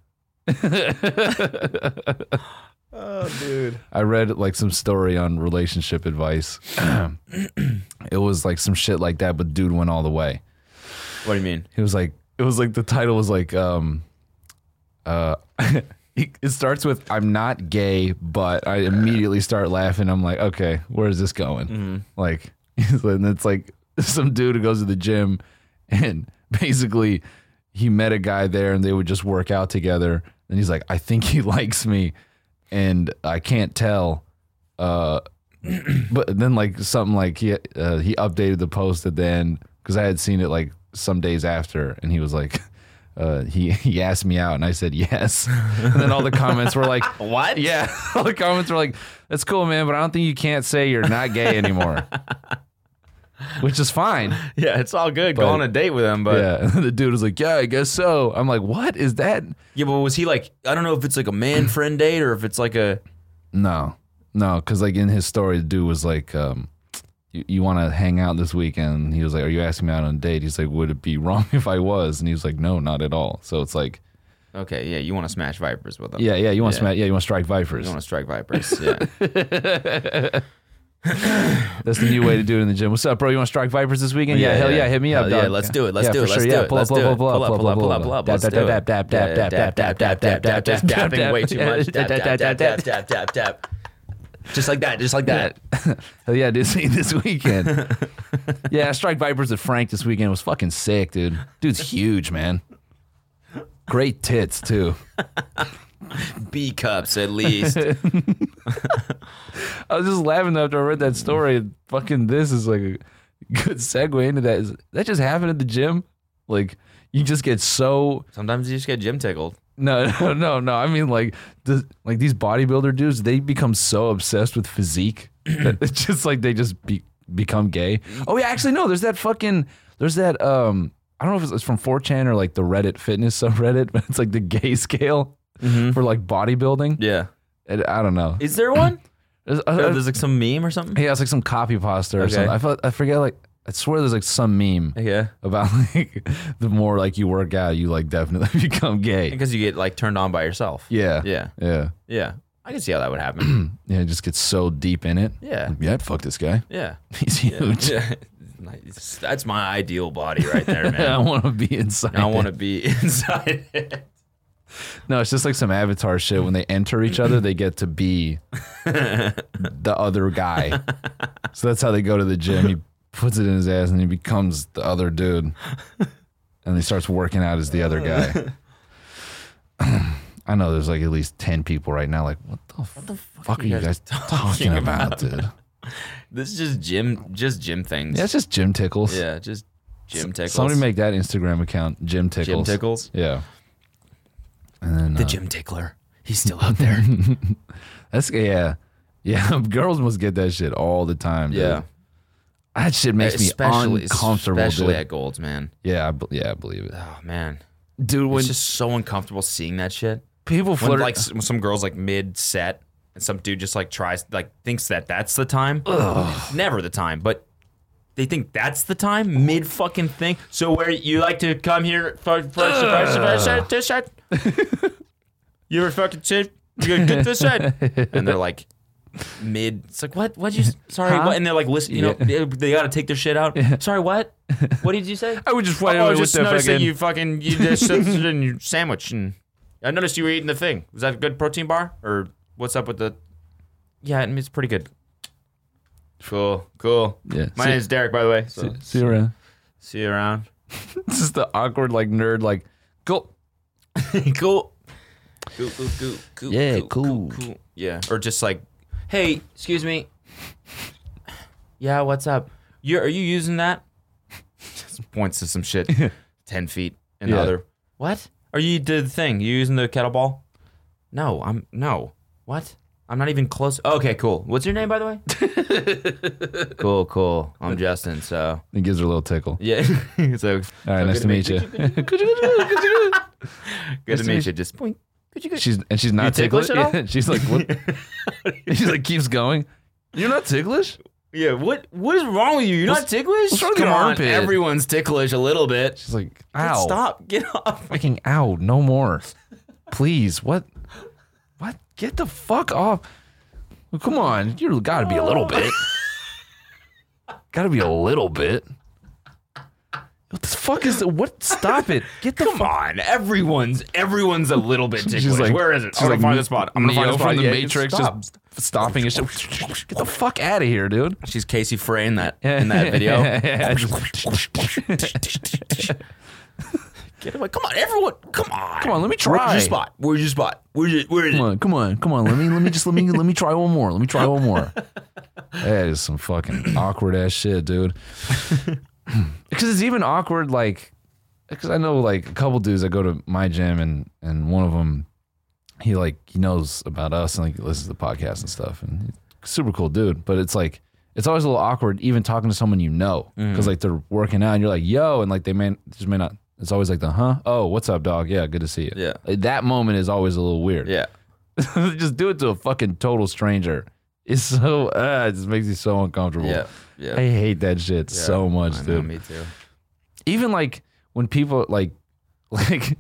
Oh, dude. I read like some story on relationship advice. it was like some shit like that, but dude went all the way. What do you mean? He was like, it was like the title was like, um, uh, (laughs) it it starts with "I'm not gay," but I immediately start laughing. I'm like, okay, where is this going? Like, (laughs) and it's like some dude who goes to the gym, and (laughs) basically, he met a guy there, and they would just work out together. And he's like, I think he likes me, and I can't tell. Uh, (clears throat) but then like something like he uh, he updated the post at the end because I had seen it like some days after, and he was like, (laughs) uh, he (laughs) he asked me out, and I said yes, (laughs) and then all the comments were like, (laughs) What? yeah, all the comments were like, that's cool, man, but I don't think you can't say you're not gay anymore, which is fine. Yeah, it's all good. Go on a date with him, but yeah. yeah, and (laughs) the dude was like, yeah, I guess so. I'm like, what is that? but was he like? I don't know if it's like a man friend date or if it's like a. No, no, because like in his story, the dude was like, um, "You, you want to hang out this weekend?" He was like, "Are you asking me out on a date?" He's like, "Would it be wrong if I was?" And he was like, "No, not at all." So it's like, Okay, yeah, you want to smash vipers with him. yeah, yeah, you want Yeah. to smack, yeah, you want to strike vipers. you want to strike vipers. (laughs) Yeah. That's the new way to do it in the gym. What's up, bro? You want to strike vipers this weekend? Yeah, hell yeah, hit me up, Hell Yeah, dog. let's do it. Let's Yeah, do it. for Let's sure. do Yeah, it. pull up, Let's pull do up, it. pull up, pull up, pull up, pull up. Let's do Dap, it. dap, dap, dap, dap, dap, dap, dap, dap, dap, Just dap, dapping way dap, too dap, much. dap, Dap, dap, dap, dap, dap, dap, dap, dap, dap. Just like that. Just like that. (laughs) Hell yeah, dude, see you this weekend. yeah, I strike vipers at Frank this weekend. It was fucking sick, dude. Dude's huge, man. Great tits too. B cups at least. I was just laughing after I read that story. and Fucking this is like a good segue into that. Is that just happened at the gym? Like you just get so Sometimes you just get gym tickled. no (laughs) no no no. I mean like does, like these bodybuilder dudes they become so obsessed with (clears throat) physique that it's just like they just be, become gay. Oh yeah, actually no. There's that fucking there's that um I don't know if it's from 4chan or like the Reddit fitness (laughs) subreddit, but it's like the gay scale for like bodybuilding. Mm-hmm. Yeah. And I don't know. Is there one? There's- uh, I- I- Or there's like some meme or something. Yeah, it's like some copy pasta or Okay. something. I felt, I forget like I swear there's like some meme Yeah. about (laughs) like the more like you work out, you like definitely (laughs) become gay. Because you get like turned on by yourself. Yeah. Yeah. Yeah. Yeah. I can see how that would happen. Yeah, it just gets so deep in it. Yeah. Yeah, fuck this guy. (laughs) Yeah. He's huge. Yeah. Nice. That's my ideal body right there, (laughs) I man. want to be inside. I want it. to be inside it. No, it's just like some avatar shit. When they enter each other, they get to (laughs) be the other guy. So that's how they go to the gym. He puts it in his ass and he becomes the other dude. And he starts working out as the other guy. (clears throat) I know there's like at least 10 people right now, like, what the, fuck, are you guys talking (laughs) about, dude? This is just gym, just gym things. Yeah, it's just gym tickles. Yeah, just gym tickles. Somebody make that Instagram account, Gym gym Tickles. tickles. Yeah. And then, The uh, gym tickler. He's still out there. That's yeah, yeah. (laughs) Girls must get that shit all the time. dude. Yeah. that shit (laughs) makes me uncomfortable. especially dude. at Golds, man. yeah, I, be- yeah, I believe it, Oh man, dude. When it's just so uncomfortable seeing that shit. people When flirt, like s- when some girls like mid set, and some dude just like tries like thinks that that's the time. It's Never the time, but they think that's the time mid fucking thing. So where you like to come here for for surprise, surprise, surprise, this side. (laughs) You ever fucking shit? You gotta get this side, (laughs) and they're like. Mid, it's like what? What you? Sorry, Huh? what? And they're like, listen, you know, they, they gotta take their shit out. Sorry, what? What did you say? I would just fly Oh, I away was with just that noticed fucking. that you fucking (laughs) you just slipped it in your sandwich, and I noticed you were eating the thing. Was that a good protein bar, or what's up with the? Yeah, I mean, it's pretty good. Cool, cool. yeah, My see, name's Derek, by the way. So see, see you around. (laughs) see you around. This is the awkward like nerd like go. cool. Cool, cool, cool, cool. Yeah, cool. Yeah, or just like, hey, excuse me. Yeah, what's up? You are you using that? Just points to some shit, ten feet and the Yeah. other. What? Are you did the thing? You using the kettleball? No, I'm no. What? I'm not even close. Okay, cool. What's your name, by the way? cool, cool. I'm Justin. So It gives her a little tickle. yeah. (laughs) so All right, nice to meet you. good to meet you. Just point. Could you go? she's and she's not ticklish (laughs) ticklish. at all? (laughs) Yeah, she's like, what? she's like, keeps going. You're not ticklish. Yeah, what what is wrong with you? You're not ticklish. what's wrong with Come your on, armpit? everyone's ticklish a little bit. She's like, ow. Stop, get off. Fucking ow. No (laughs) more. Please. What? What? Get the fuck off. Well, come on. You gotta be (laughs) a little bit. gotta be a little bit. What the fuck is the, what? Stop it. Get the Come on, everyone's everyone's a little bit ticklish. (laughs) She's like, Where is it? she's I'm gonna like find Ne- the spot. I'm gonna Neo find the spot. from the Yeah, Matrix, stop. just stopping his (laughs) shit. Get the fuck out of here, dude. She's Casey Frey in that in (laughs) that video. (laughs) Get away! Come on, everyone! Come on! Come on, let me Where's try. your spot? Where's your spot? Where's it? Where is come it? on, come on, come on. Let me, let me just let me let me try one more. Let me try one more. That is some fucking awkward ass shit, dude. (clears throat) Because it's even awkward, like, because I know like a couple dudes that go to my gym and and one of them, he like he knows about us and like listens to the podcast and stuff and he's a super cool dude. But it's like it's always a little awkward even talking to someone you know because like they're working out and you're like yo and like they may just may not. It's always like the huh oh what's up dog yeah good to see you Yeah. Like, that moment is always a little weird Yeah. (laughs) just do it to a fucking total stranger. It's so uh, it just makes you so uncomfortable. Yeah. Yeah. I hate that shit so much, I know, dude. me too. Even like when people like (laughs) like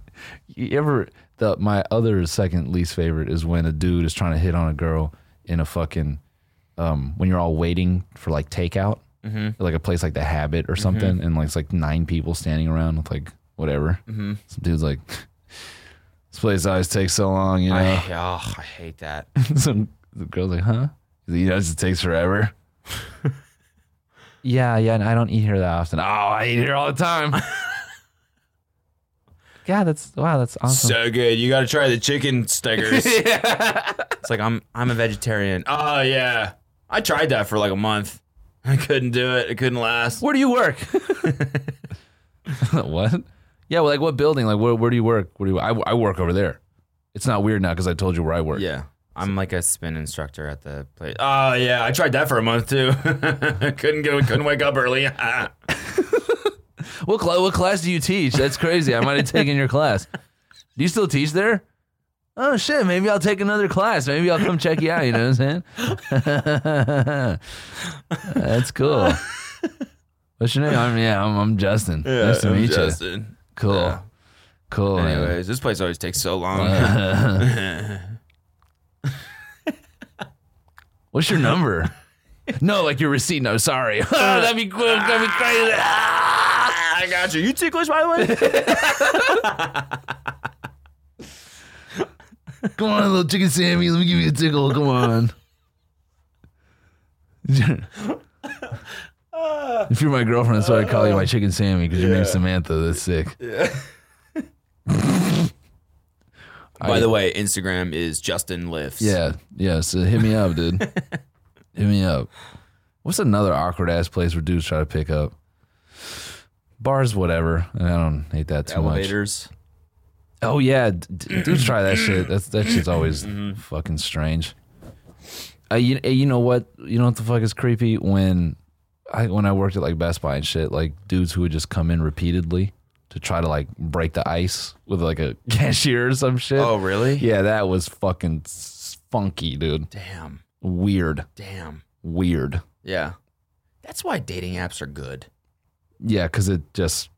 you ever the my other second least favorite is when a dude is trying to hit on a girl in a fucking um when you're all waiting for like takeout. Mm-hmm. at, Like a place like the Habit or something, and like it's like nine people standing around with like whatever. Mm-hmm. Some dude's like, (laughs) "This place always takes so long," you know. I, oh, I hate (laughs) that. Some the girl's like, huh? He's like, you know, it just takes forever. (laughs) yeah, yeah, and I don't eat here that often. Oh, I eat here all the time. (laughs) yeah, that's wow, that's awesome. So good. You got to try the chicken (laughs) stickers. It's like I'm I'm a vegetarian. Oh yeah. I tried that for like a month. (laughs) I couldn't do it. It couldn't last. where do you work? (laughs) what? Yeah, well, like what building? Like where, where do you work? Where do you, I, I work over there. It's not weird now because I told you where I work. Yeah. I'm like a spin instructor at the place. Oh yeah, I tried that for a month too. (laughs) couldn't get couldn't wake up early. (laughs) What, cl- what class do you teach? That's crazy. I might have taken your class. Do you still teach there? Oh shit, maybe I'll take another class. Maybe I'll come check you out, you know what I'm saying? (laughs) That's cool. What's your name? I'm yeah, I'm, I'm Justin. nice to meet you. Justin. Cool. Yeah. Cool. man. Anyways, this place always takes so (laughs) long. What's your number? no, like your receipt. No, sorry. (laughs) That'd be cool. That'd be crazy. (laughs) Ah, I got you. You ticklish, by the (laughs) way. Come on, little chicken Sammy. Let me give you a tickle. Come on. if you're my girlfriend, that's why I call you my chicken Sammy because your name's Samantha. That's sick. by the way, Instagram is Justin lifts. Yeah, yeah. So hit me up, dude. hit me up. What's another awkward ass place where dudes try to pick up? Bars, whatever. I don't hate that too much. Elevators. Oh yeah, d- d- dudes try that shit. That's that shit's always Mm-hmm. fucking strange. Uh, you uh, you know what? You know what the fuck is creepy when I when I worked at like Best Buy and shit, like dudes who would just come in repeatedly to try to like break the ice with like a (laughs) cashier or some shit. Oh really? yeah, that was fucking s- funky, dude. Damn. Weird, Damn. weird. Yeah. That's why dating apps are good. Yeah, because it just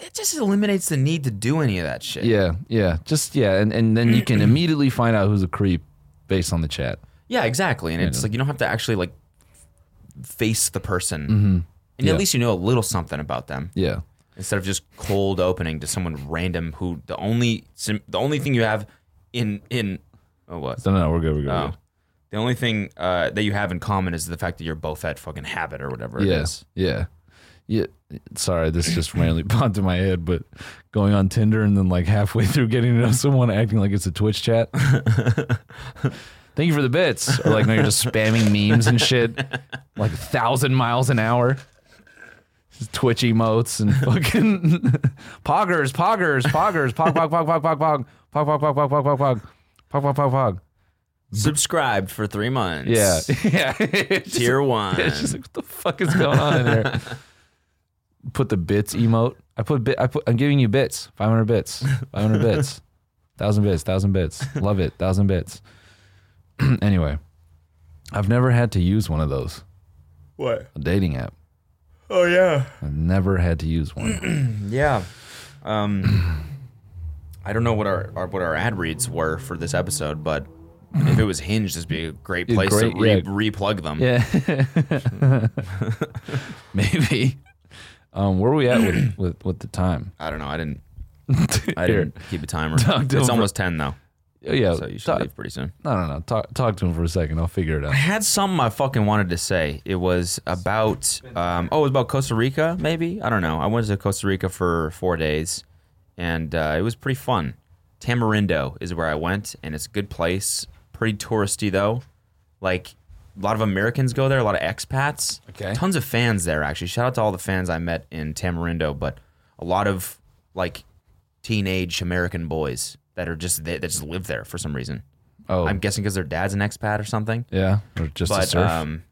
It just eliminates the need to do any of that shit. yeah yeah just yeah, and and then you (clears throat) can immediately find out who's a creep based on the chat. Yeah, exactly. And it's like you don't have to actually like face the person. And Mm-hmm. Yeah. at least you know a little something about them Yeah. instead of just cold opening to someone random who the only sim- the only thing you have in in oh what So no, no, we're good. We're good. We're oh good. the only thing uh, that you have in common is the fact that you're both at fucking habit or whatever it is. Yeah. Yeah. Sorry, this just randomly (laughs) popped in my head, but going on Tinder and then like halfway through getting to know someone acting like it's a Twitch chat. Thank you for the bits. Or like no, you're just spamming memes and shit. Like a thousand miles an hour. Just Twitch emotes and fucking (laughs) poggers, poggers, poggers, pog, pog, pog, pog, pog, pog, pog, pog, pog, pog, pog, pog, pog, pog, pog, pog, pog. Subscribed for three months. (laughs) Yeah. Yeah. Just- (laughs) Tier one. yeah, she's like, what the fuck is going on in there? (laughs) Put the bits emote. I put bit. I put. I'm giving you bits. Five hundred bits. Five hundred (laughs) bits. Thousand bits. Thousand bits. Love it. (clears throat) Thousand bits. anyway, I've never had to use one of those. (laughs) What? A dating app. Oh yeah. I've never had to use (clears throat) one. Yeah. Um, (clears throat) I don't know what our, our what our ad reads were for this episode, but if it was Hinge, this would be a great place great- to re- yeah. replug them. yeah. (laughs) Maybe. Um, where are we at (clears throat) with, with, with the time? I don't know. I didn't. I Here. didn't keep a (laughs) timer. Talk it's to him for- almost ten though, Oh, yeah. so you should talk, leave pretty soon. no, no, no. Talk, talk to him for a second. I'll figure it out. I had something I fucking wanted to say. It was about um, oh, it was about Costa Rica. Maybe I don't know. I went to Costa Rica for four days, and uh, it was pretty fun. Tamarindo is where I went, and it's a good place. Pretty touristy though. Like a lot of Americans go there, a lot of expats. Okay. Tons of fans there actually. Shout out to all the fans I met in Tamarindo, but a lot of like teenage American boys that are just they, that just live there for some reason. Oh, I'm guessing because their dad's an expat or something yeah. Or just a but surf. um,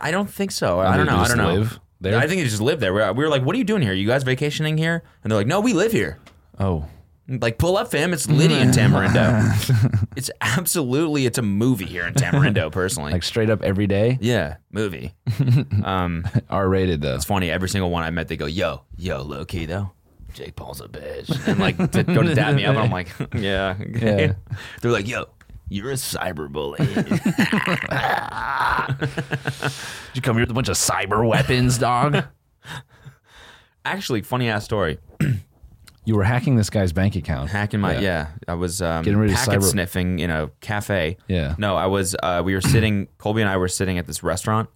I don't think so. I, don't mean, they know. I just don't know. live there? I think they just live there. We were- we were like, "What are you doing here? You guys vacationing here?" And they're like, "No, we live here." oh, Like, pull up, fam. It's Liddy in Tamarindo. (laughs) it's absolutely it's a movie here in Tamarindo. Personally, like straight up every day? yeah, movie. um, R rated, though. it's funny. Every single one I met, they go, "Yo, yo, low key though." Jake Paul's a bitch, and like to go to dab me up, and I'm like, (laughs) yeah, okay." Yeah. They're like, "Yo, you're a (laughs) cyberbully." Did you come here with a bunch of cyber (laughs) weapons, dog? Actually, funny ass story. you were hacking this guy's bank account. Hacking my yeah. I was um, Getting rid of packet cyber- sniffing in a cafe. Yeah. No, I was. Uh, (clears throat) we were sitting. Colby and I were sitting at this restaurant,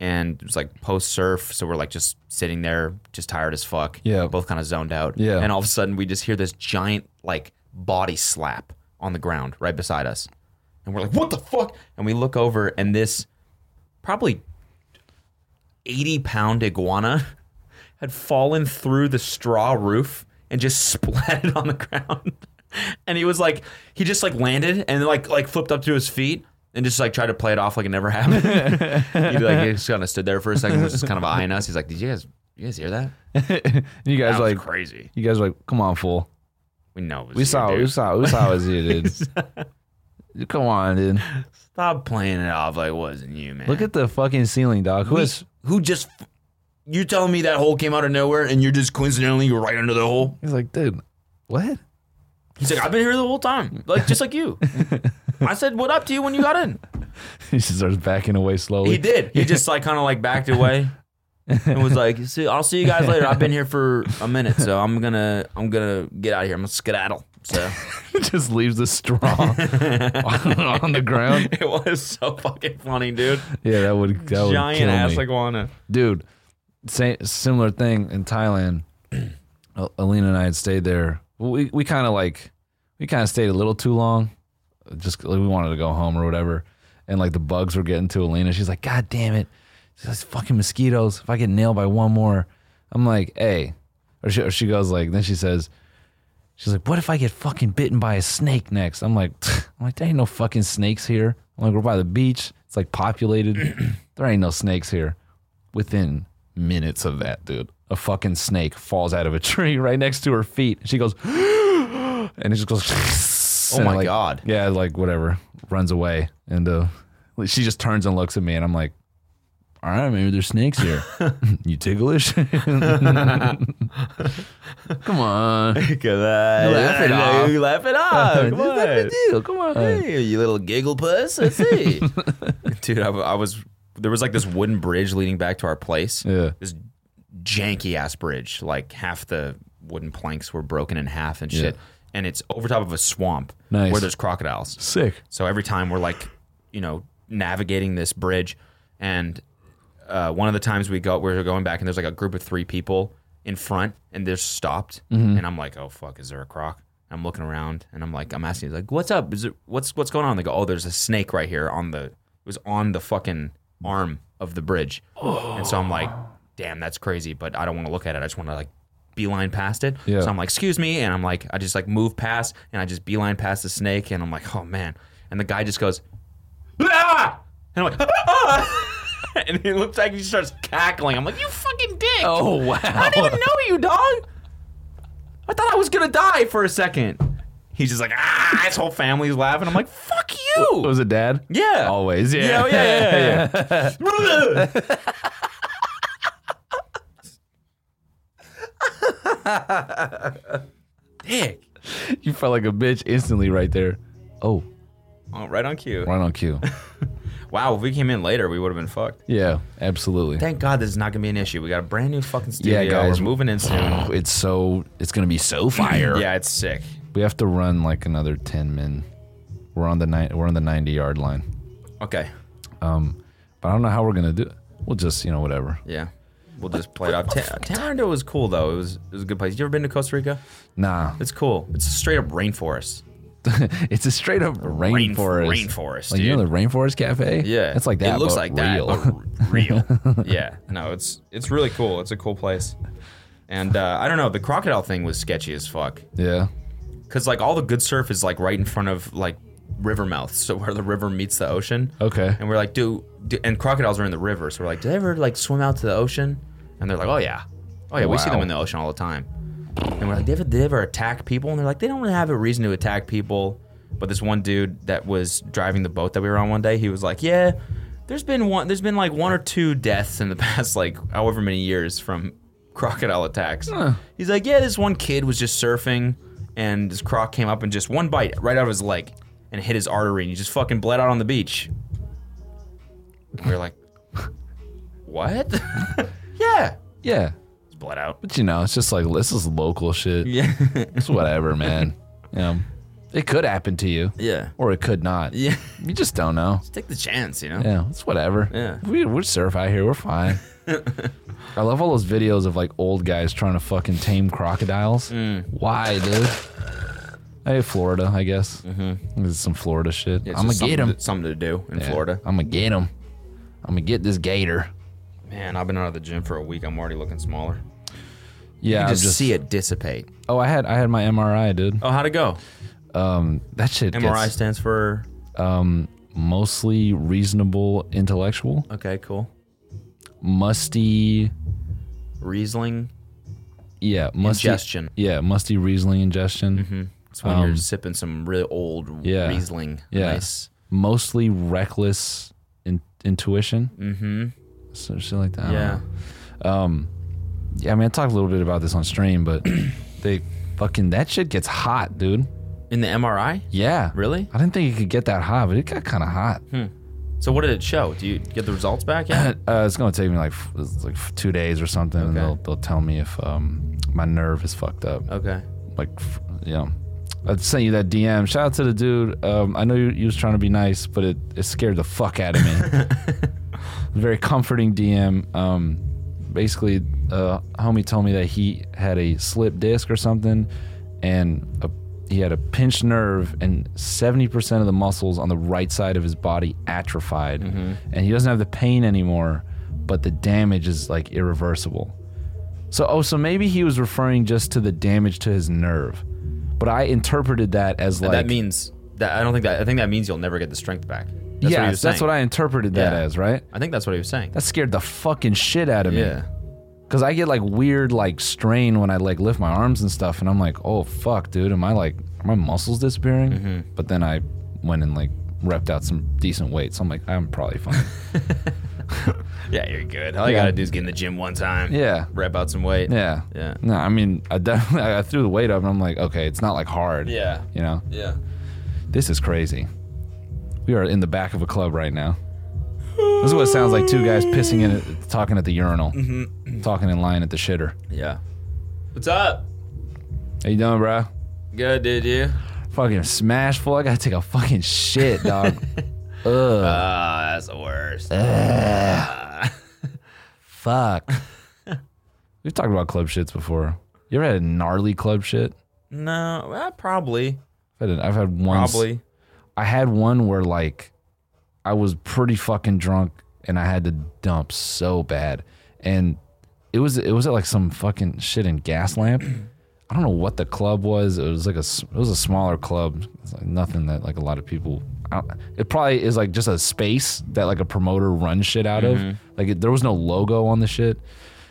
and it was like post surf, so we're like just sitting there, just tired as fuck. Yeah. Both kind of zoned out. Yeah. And all of a sudden, we just hear this giant like body slap on the ground right beside us, and we're like, "What the fuck?" And we look over, and this probably eighty pound iguana (laughs) had fallen through the straw roof and just (laughs) splatted on the ground. (laughs) And he was like, he just like landed and like like flipped up to his feet and just like tried to play it off like it never (laughs) happened. he like he just kind of stood there for a second, was just kind of eyeing us. He's like, "Did you guys, you guys hear that? And (laughs) you guys That was like, crazy. you guys were like, come on, fool. We know. It was We saw, Dude. we saw, we saw it was you, (laughs) dude. come on, dude. Stop playing it off like it wasn't you, man. Look at the fucking ceiling, dog. Who is? who just. You're telling me that hole came out of nowhere and you're just coincidentally you're right under the hole? He's like, dude, what? (laughs) He's like, I've been here the whole time, like just like you. I said, "What up to you when you got in?" He just starts backing away slowly. He did. He just like kind of like backed away and was like, "See, I'll see you guys later. I've been here for a minute, so I'm gonna I'm gonna get out of here. I'm gonna skedaddle." So (laughs) (laughs) just leaves the straw (laughs) on, on the ground. it was so fucking funny, dude. Yeah, that would that would kill Giant ass me. (laughs) iguana. dude. Same similar thing in Thailand. (clears throat) Al- Alina and I had stayed there. We we kind of like we kind of stayed a little too long. Just like, we wanted to go home or whatever. And like the bugs were getting to Alina. She's like, God damn it! These fucking mosquitoes. If I get nailed by one more, I'm like, hey. Or she, or she goes like, then she says, she's like, what if I get fucking bitten by a snake next? I'm like, I'm like, there ain't no fucking snakes here. I'm like, we're by the beach. It's like populated. (clears throat) there ain't no snakes here within minutes of that, dude, a fucking snake falls out of a (laughs) tree right next to her feet. She goes, (gasps) and it just goes. (laughs) Oh my God. Yeah, like whatever, runs away, and uh, she just turns and looks at me, and I'm like, all right, maybe there's (laughs) snakes here. (laughs) you ticklish? (laughs) Come on. Look at that. Laugh it off. You (laughs) laugh it off. Come Just let me on. deal. Come on. Hey, you little giggle puss. Let's see. (laughs) Dude, I, I was there was like this wooden bridge leading back to our place. Yeah. This janky ass bridge. Like half the wooden planks were broken in half and shit. And it's over top of a swamp Nice. where there's crocodiles. Sick. So every time we're like, you know, navigating this bridge, and uh, one of the times we go, we we're going back, and there's like a group of three people in front, and they're stopped, and I'm like, oh fuck, is there a croc? I'm looking around, and I'm like, I'm asking, like, what's up? Is it what's what's going on? They go, oh, there's a snake right here on the it was on the fucking arm of the bridge, and so I'm like, damn, that's crazy, but I don't want to look at it. I just want to like beeline past it. Yeah. So I'm like, excuse me. And I'm like, I just like move past and I just beeline past the snake. And I'm like, oh man. And the guy just goes, ah! And I'm like, ah! (laughs) and he looks like he starts cackling. I'm like, you fucking dick. Oh, wow. (laughs) I didn't even know you, dog. I thought I was going to die for a second. He's just like, ah, his whole family's laughing. I'm like, fuck you. do. Was it dad? yeah. Always. Yeah, Yeah. oh, yeah, yeah, yeah, yeah. Dick. (laughs) you felt like a bitch instantly right there. Oh, Oh, right on cue. right (laughs) on cue. Wow, if we came in later, we would have been fucked. yeah, absolutely. Thank God this is not gonna be an issue. We got a brand new fucking studio. Yeah, guys. We're moving in (sighs) soon. It's so. It's gonna be so fire. yeah, it's sick. We have to run like another ten min. We're on the ni- We're on the ninety yard line. Okay. Um, but I don't know how we're gonna do it. We'll just you know whatever. Yeah. We'll just play it up. (laughs) Ta- Tamarindo was cool though. It was it was a good place. You ever been to Costa Rica? Nah, (laughs) It's cool. It's a straight up rainforest. it's a straight up Rain- rainforest. rainforest, Like you know dude. the rainforest cafe. Yeah, it's like that. It looks but like real. (laughs) that, but r- real. yeah, no, it's it's really cool. It's a cool place, and uh, I don't know. The crocodile thing was sketchy as fuck yeah. because like all the good surf is like right in front of like river mouths, so (laughs) where the river meets the ocean. Okay. And we're like, do, do and crocodiles are in the river, so we're like, do they ever like swim out to the ocean? And they're like, oh yeah, oh yeah, we see Wow. them in the ocean all the time. And we're like, did they, ever, did they ever attack people? And they're like, they don't really have a reason to attack people. But this one dude that was driving the boat that we were on one day, he was like, yeah, there's been one, there's been like one or two deaths in the (laughs) past like however many years from crocodile attacks. He's like, yeah, this one kid was just surfing, and this croc came up and just one bite right out of his leg, and hit his artery, and he just fucking bled out on the beach. We were like, (laughs) what? (laughs) yeah. Yeah. It's bled out. But you know, it's just like this is local shit. (laughs) Yeah. It's (laughs) whatever, man. You know, it could happen to you, yeah. or it could not. Yeah. You just don't know. (laughs) Take the chance, you know? Yeah, it's whatever. Yeah. We we surf out here. (laughs) We're fine. I love all those videos of like old guys trying to fucking tame crocodiles. Mm. Why, dude? Hey, Florida, I guess. Mm-hmm. This is some Florida shit. It's I'm gonna just get something him. to- something to do in Florida. I'm gonna get him. I'm gonna get this gator. Man, I've been out of the gym for a week. I'm already looking smaller. Yeah, You I'm just, see it dissipate. Oh, I had I had my MRI, dude. Oh, how'd it go? Um, that shit MRI gets stands for. mostly reasonable intellectual, Okay, cool. musty, Riesling yeah, musty, ingestion. Mm-hmm. yeah, musty Riesling ingestion. It's when you're sipping some really old Um, Yeah. Riesling. Yeah. Nice. mostly reckless in- intuition. Mm-hmm. So shit like that. I don't Yeah. know. Yeah. I mean, I talked a little bit about this on (clears throat) stream, but they fucking that shit gets hot, dude. In the MRI? Yeah. Really? Hmm. I didn't think it could get that hot, but it got kind of hot. So what did it show? Do you get the results back yet? (clears throat) Uh, it's gonna take me like f- it's like f- two days or something, and Okay. they'll they'll tell me if um my nerve is fucked up. okay. Like, f- you know, I sent you that DM. Shout out to the dude. Um, I know you, you was trying to be nice, but it, it scared the fuck out of me. Very comforting DM. Um, basically, uh, homie told me that he had a slip disc or something, and a, he had a pinched nerve, and seventy percent of the muscles on the right side of his body atrophied, Mm-hmm. and he doesn't have the pain anymore, but the damage is like irreversible. So, oh, so maybe he was referring just to the damage to his nerve, but I interpreted that as like that means that I don't think that I think that means you'll never get the strength back. That's yes, what he was that's saying. what I interpreted that Yeah. as, right? I think that's what he was saying. That scared the fucking shit out of me. yeah. Cause I get like weird like strain when I like lift my arms and stuff, and I'm like, oh fuck, dude, am I like are my muscles disappearing? Mm-hmm. But then I went and like repped out some decent weights. I'm like, I'm (laughs) probably fine. Yeah, you're good. All you Yeah. gotta do is get in the gym one time. Yeah. Rep out some weight. yeah. Yeah. No, I mean, I definitely I threw the weight up, and I'm like, okay, it's not like hard. Yeah. You know, Yeah. this is crazy. We are in the back of a club right now. This is what it sounds like: two guys pissing in, it, talking at the urinal, Mm-hmm. talking in line at the shitter. Yeah. What's up? How you doing, bro? Good, did you? Fucking smash full. I gotta take a fucking (laughs) shit, dog. Ah, that's the worst. Fuck. We've talked about club shits before. You ever had a gnarly club shit? no, well, probably. I've had, I've had one. Probably. I had one where like I was pretty fucking drunk and I had to dump so bad, and it was it was at like some fucking shit in gas lamp. I don't know what the club was. It was like a s- it was a smaller club. It's like nothing that like a lot of people. I don't, it probably is like just a space that like a promoter runs shit out of. Like it, there was no logo on the shit.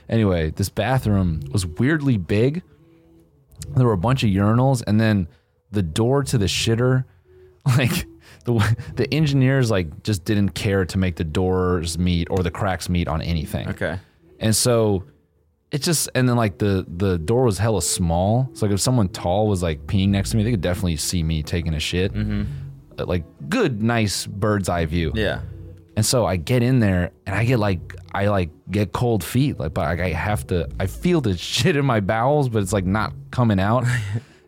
Anyway, this bathroom was weirdly big. There were a bunch of urinals, and then the door to the shitter (laughs) like the w- the engineers like just didn't care to make the doors meet or the cracks meet on anything. Okay. And so it just and then like the the door was hella small. So like if someone tall was like peeing next to me, they could definitely see me taking a shit. Uh, Like good, nice bird's eye view. Yeah. And so I get in there and I get like I like get cold feet. Like but like, I have to I feel the (laughs) shit in my bowels, but it's like not coming out.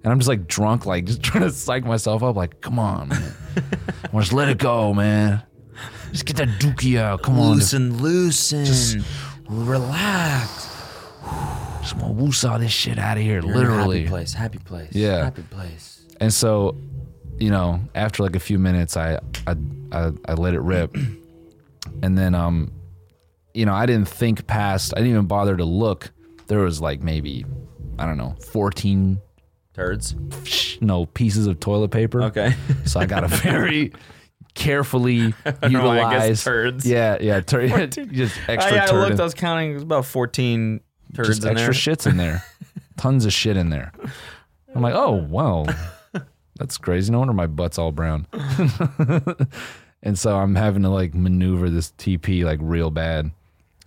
And I'm just like drunk, like just (laughs) trying to psych myself up. Like, come on, man. Well, just let it go, man. Just get that dookie out. Come on, just, Loosen, loosen. relax. Just want to woosah this shit out of here, literally. Happy place. Happy place. Yeah. Happy place. And so, you know, after like a few minutes, I I I, I let it rip, (clears throat) and then um, you know, I didn't think past. I didn't even bother to look. There was like maybe I don't know, fourteen Turds. no pieces of toilet paper. (laughs) Okay. So I got a very (laughs) carefully know why I utilized. guessed turds. Yeah, yeah, tur- (laughs) just extra I, I turd looked. in- I was counting. It was about fourteen turds just in there. extra shits in there, (laughs) tons of shit in there. I'm like, oh wow, that's crazy. No wonder my butt's all brown. (laughs) and so I'm having to like maneuver this TP like real bad,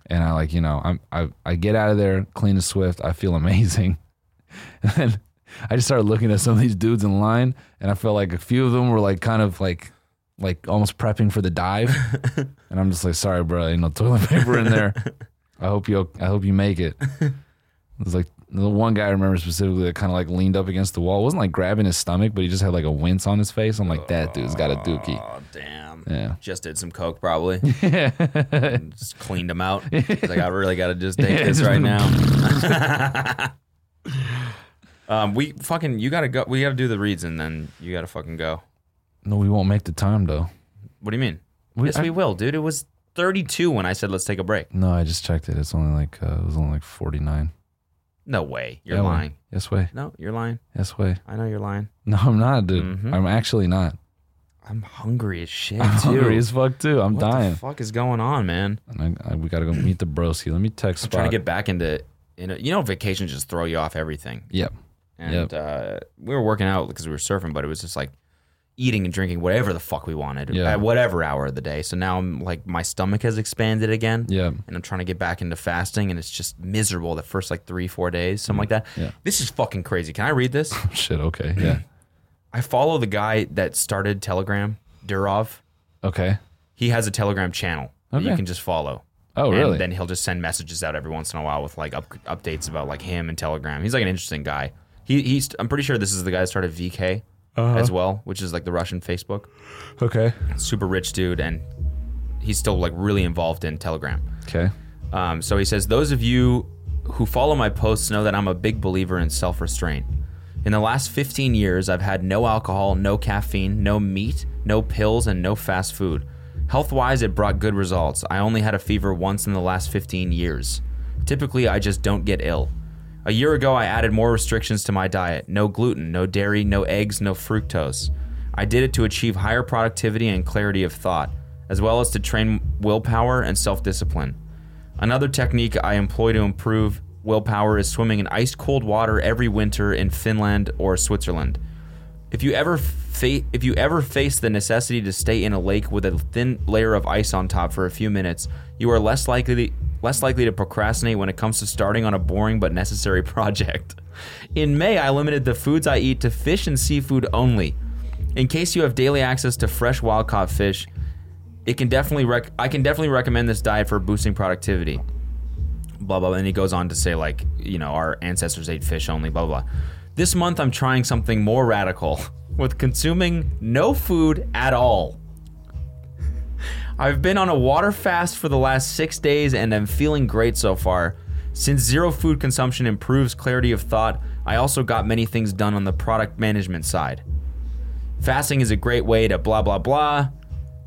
and I like you know I'm I I get out of there clean as swift. I feel amazing, and then I just started looking at some of these dudes in line, and I felt like a few of them were like kind of like. Like almost prepping for (laughs) the dive, and I'm just like, sorry, bro, ain't no toilet paper in there. I hope you. I hope you make it. It was like the one guy I remember specifically that kind of like leaned up against the wall. It wasn't like grabbing his stomach, but he just had like a wince on his face. I'm like, that dude's got a dookie. (laughs) Oh damn. Yeah. Just did some coke probably. And just cleaned them out. He's (laughs) like I really got to just take Yeah, this just- right now. (laughs) um, we fucking you gotta go. We gotta do the reads and then you gotta fucking go. No, we won't make the time though. What do you mean? We- yes, we will, dude. It was 32 when I said let's take a break. No, I just checked it. It's only like uh, it was only like 49. No way. You're Yeah, well, lying. Yes way. No, you're lying. Yes way. I know you're lying. No, I'm not, dude. Mhm. I'm actually not. I'm hungry as shit, I'm too. (laughs) hungry as fuck too. I'm what dying. the fuck is going on, man? And I, I, we gotta go meet the broski. Let me text. Trying Spot. to get back into, into you know, vacations just throw you off everything. Yep. And uh, we were working out because we were surfing, but it was just like eating and drinking whatever the fuck we wanted Yeah. at whatever hour of the day. So now I'm like, my stomach has expanded again. Yeah. And I'm trying to get back into fasting, and it's just miserable the first like three, four days, something like that. Mm. Yeah. This is fucking crazy. Can I read this? Shit. Okay. (clears throat) Yeah. I follow the guy that started Telegram, Durov. okay. He has a Telegram channel that you Okay. can just follow. Oh really? And then he'll just send messages out every once in a while with like up, updates about like him and Telegram. He's like an interesting guy. He he's I'm pretty sure this is the guy that started VK Uh-huh. as well, which is like the Russian Facebook. okay. Super rich dude, and he's still like really involved in Telegram. Okay. Um, so he says, Those of you who follow my posts know that I'm a big believer in self restraint. In the last 15 years, I've had no alcohol, no caffeine, no meat, no pills, and no fast food. Health wise, it brought good results. I only had a fever once in the last 15 years. Typically, I just don't get ill. A year ago, I added more restrictions to my diet no gluten, no dairy, no eggs, no fructose. I did it to achieve higher productivity and clarity of thought, as well as to train willpower and self discipline. Another technique I employ to improve willpower is swimming in ice cold water every winter in Finland or Switzerland. If you ever fa- if you ever face the necessity to stay in a lake with a thin layer of ice on top for a few minutes, you are less likely to, less likely to procrastinate when it comes to starting on a boring but necessary (laughs) project. In May, I limited the foods I eat to fish and seafood only. In case you have daily access to fresh wild caught fish, it can definitely rec- I can definitely recommend this diet for boosting productivity. Blah blah, blah. and he goes on to say like you know our ancestors ate fish only. Blah blah. blah. This month I'm trying something more radical (laughs) with consuming no food at all. I've been on a water fast for the last six days and I'm feeling great so far. Since zero food consumption improves clarity of thought, I also got many things done on the product management side. Fasting is a great way to blah, blah, blah.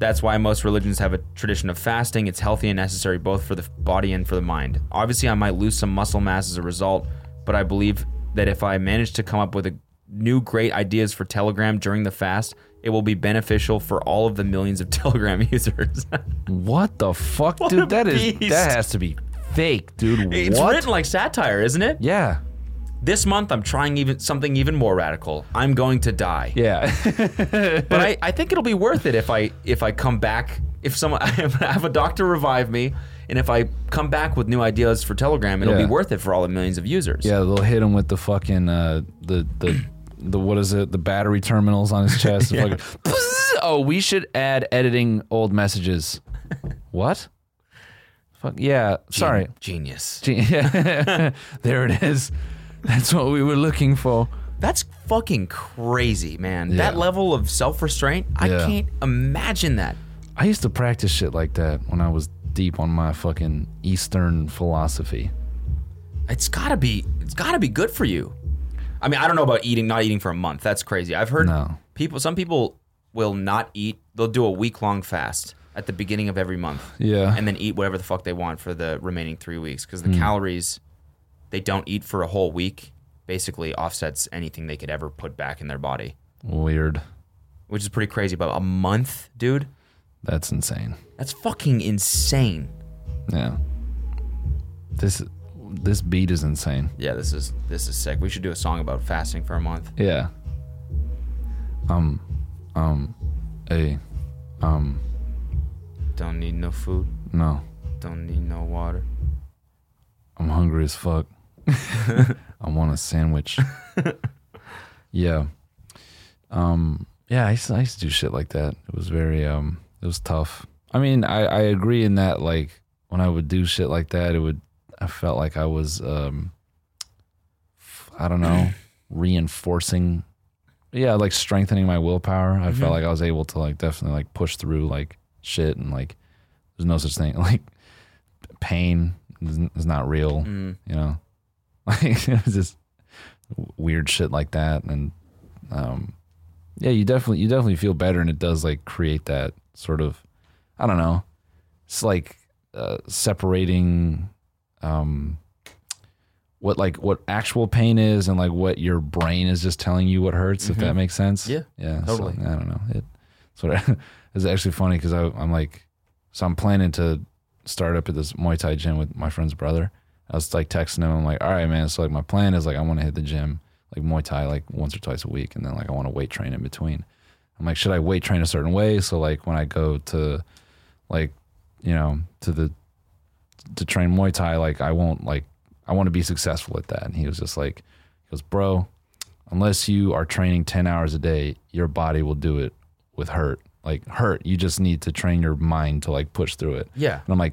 That's why most religions have a tradition of fasting. It's healthy and necessary both for the body and for the mind. Obviously, I might lose some muscle mass as a result, but I believe that if I manage to come up with a new great ideas for Telegram during the fast, it will be beneficial for all of the millions of (laughs) Telegram users. What the fuck, a dude? That is beast. that has to be fake, dude. It's what? written like satire, isn't it? Yeah. This month, I'm trying even something even more radical. I'm going to die. Yeah. But I, I think it'll be worth it if I if I come back if someone (laughs) I have a doctor revive me, and if I come back with new ideas for Telegram, it'll Yeah. be worth it for all the millions of users. (laughs) yeah, they'll hit him with the fucking uh, the the the what is it? The battery terminals on his chest. and fucking, (laughs) oh, we should add editing (laughs) old messages. what? Fuck yeah. Sorry. genius. Gee- (laughs) there it is. That's what we were looking for. That's fucking crazy, man. That Yeah. level of self restraint, I Yeah. can't imagine that. I used to practice shit like that when I was deep on my fucking Eastern philosophy. It's gotta be it's gotta be good for you. I mean, I don't know about eating not eating for a month. That's crazy. I've heard No. people some people will not eat. They'll do a week long fast at the beginning of every month. Yeah. And then eat whatever the fuck they want for the remaining three weeks. Because the calories they don't eat for a whole week basically offsets anything they could ever put back in their body. Weird. Which is pretty crazy. But a month, dude, That's insane. that's fucking insane. Yeah. This this beat is insane. Yeah, this is this is sick. We should do a song about fasting for a month. Yeah. Um um a um Don't need no food. no. Don't need no water. I'm hungry as fuck. I want a sandwich. yeah. Um yeah, I used, to, I used to do shit like that. It was very um it was tough. I mean, I I agree in that like when I would do shit like that, it would I felt like I was um I don't know, reinforcing yeah, like strengthening my willpower. I felt like I was able to like definitely like push through like shit and like there's no such thing (laughs) like pain is, is not real Mm. you know (laughs) like it was just w- weird shit like that and um yeah you definitely you definitely feel better and it does like create that sort of i don't know it's like uh, separating um what like what actual pain is and like what your brain is just telling you what hurts if that makes sense Mm-hmm. Yeah, yeah so, totally. i don't know it sort of (laughs) it's actually funny because i'm like so i'm planning to start up at this muay thai gym with my friend's brother I was like texting him. I'm like, all right, man. So like my plan is like I want to hit the gym like Muay Thai like once or twice a week, and then like I want to weight train in between. I'm like, should I weight train a certain way? So like when I go to like you know to the to train Muay Thai, like I won't like I want to be successful at that. And he was just like, he goes, bro, unless you are training ten hours a day, your body will do it with hurt. Like hurt, you just need to train your mind to like push through it. Yeah. And I'm like,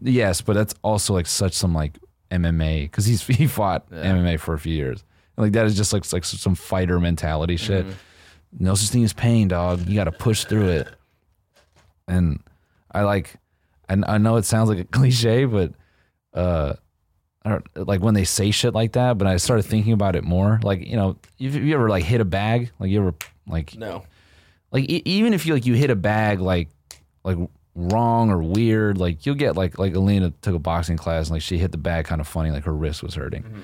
yes, but that's also like such some like MMA because he's (laughs) he fought MMA for a few years. And like that is just like like some fighter mentality shit. No such thing as pain, dog. You got to push through it. And I like, and I know it sounds like a (laughs) cliche, but uh, I don't like when they say shit like that. But I started thinking about it more. Like you know, if you ever like hit a bag, like you ever like No. like e- even if you like you hit a bag like like wrong or weird like you'll get like like Alina took a boxing class and like she hit the bag kind of funny like her wrist was hurting Mm-hmm.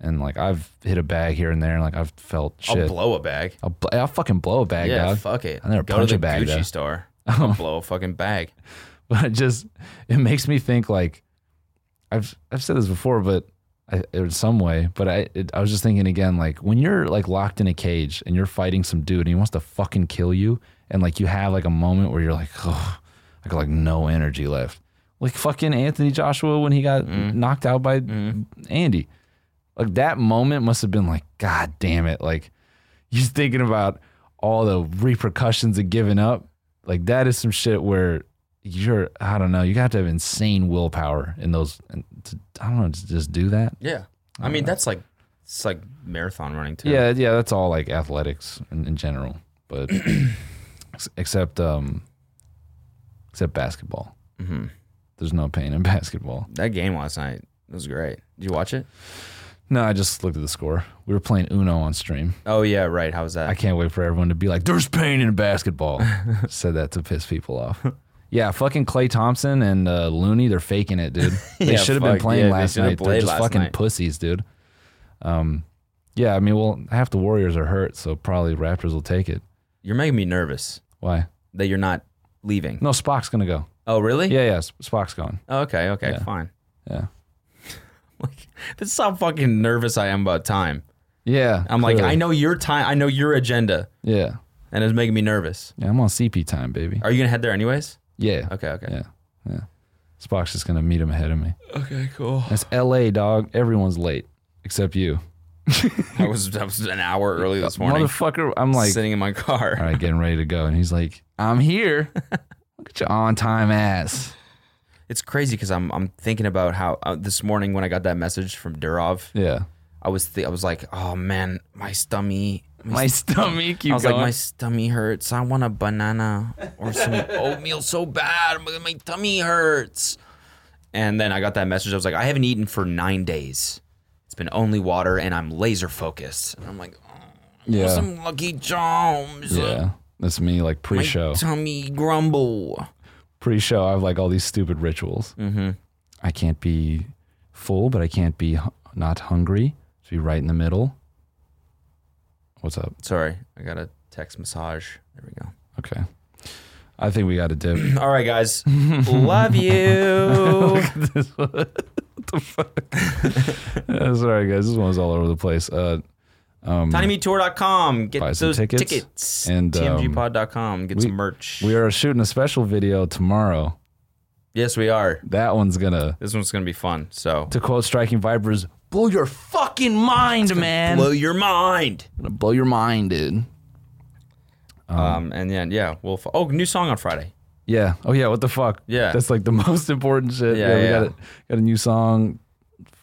and like I've hit a bag here and there and like I've felt shit I'll blow a bag. I'll, bl- I'll fucking blow a bag Yeah, dog fuck it. I never Go punch to a the bag, Gucci (laughs) though. store. I'll blow a fucking bag. (laughs) but it just it makes me think like I've I've said this before, but I, in some way, but I it, I was just thinking again, like when you're like locked in a cage and you're fighting some dude and he wants to fucking kill you, and like you have like a moment where you're like, oh, I got like no energy left, like fucking Anthony Joshua when he got knocked out by Andy, like that moment must have been like, god damn it, like he's thinking about all the repercussions of giving up. Like that is some shit where you're I don't know, you have to have insane willpower in those and to, I don't know, to just do that. Yeah. I mean, that's like it's like marathon running too. Yeah, yeah, that's all like athletics in, in general, but (clears throat) ex- except um except basketball. Mm-hmm. There's no pain in (laughs) basketball. That game last night was great. Did you watch it? No, I just looked at the score. We were playing Uno on stream. Oh yeah, right. How was that? I can't wait for everyone to be like, "There's pain in (laughs) basketball." Said that to piss people off. Yeah, fucking Clay Thompson and uh, Looney, they're faking (laughs) it, dude. They Yeah, should have been fuck, playing yeah, they last should have night. They're played just last fucking night. pussies, dude. Um, yeah, I mean, well, half the Warriors are hurt, so probably Raptors will take it. you're making me nervous Why? that you're not leaving. No, Spock's gonna go. Oh really? Yeah, yeah, Spock's going. Oh, okay. Okay. Fine. Yeah. Like, this is how fucking nervous I am about time. Yeah. I'm like, clearly. I know your time. I know your agenda, Yeah. and it's making me nervous. Yeah, I'm on CP time, baby. Are you gonna head there anyways? Yeah. Okay, okay, Yeah. Yeah. Spock's just gonna meet him ahead of me. okay, (laughs) cool. That's LA, dog. Everyone's late except you. I was, I was an hour early this morning, Motherfucker. I'm like, sitting in my car. all right, getting ready to go. And he's like, (laughs) I'm here. Look at your on time ass. It's crazy because I'm, I'm thinking about how uh, this morning when I got that message from Durov, Yeah. I was, th- I was like, oh man, my stomach, My stomach, you I was like, my stomach hurts. I want a banana or some (laughs) oatmeal so bad. My, my tummy hurts. And then I got that message. I was like, I haven't eaten for nine days. It's been only water, and I'm laser focused. And I'm like, yeah. some Lucky Charms. yeah. That's me, like pre show. Tummy grumble. Pre show, I have like all these stupid rituals. Mm-hmm. I can't be full, but I can't be hu- not hungry. To be right in the middle. What's up? Sorry, I got a text massage. There we go. Okay. I think we got a dip. (coughs) All right, (laughs) guys. Love (laughs) you. Uh, Sorry, guys. This one was all over the place. Uh, TinyMeTour.com. Get Buy some those tickets. Um, tickets. And, um, TMGpod.com. Get some merch. we are shooting a special video tomorrow. yes, we are. That one's gonna, This one's gonna be fun. So to quote Striking Vipers, blow your fucking mind, man. blow your mind. gonna blow your mind, dude. Um, and then yeah, we'll. F- oh, new song on Friday. Yeah. Oh yeah. What the fuck? Yeah. That's like the (laughs) most important shit. Yeah, we yeah. Got, a, got a new song.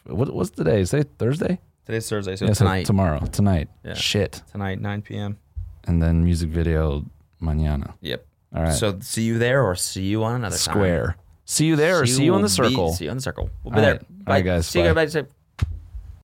What what's today? Is it Thursday? Today's Thursday, so Yeah, so tonight, tomorrow. Tonight. Shit. tonight, 9 p.m. And then music video mañana. Yep. All right. So see you there, or see you on another time. Square. See you there or see you on will the be- circle. see you on the circle. We'll be All there. right. All right, guys. See you Bye. guys. Bye.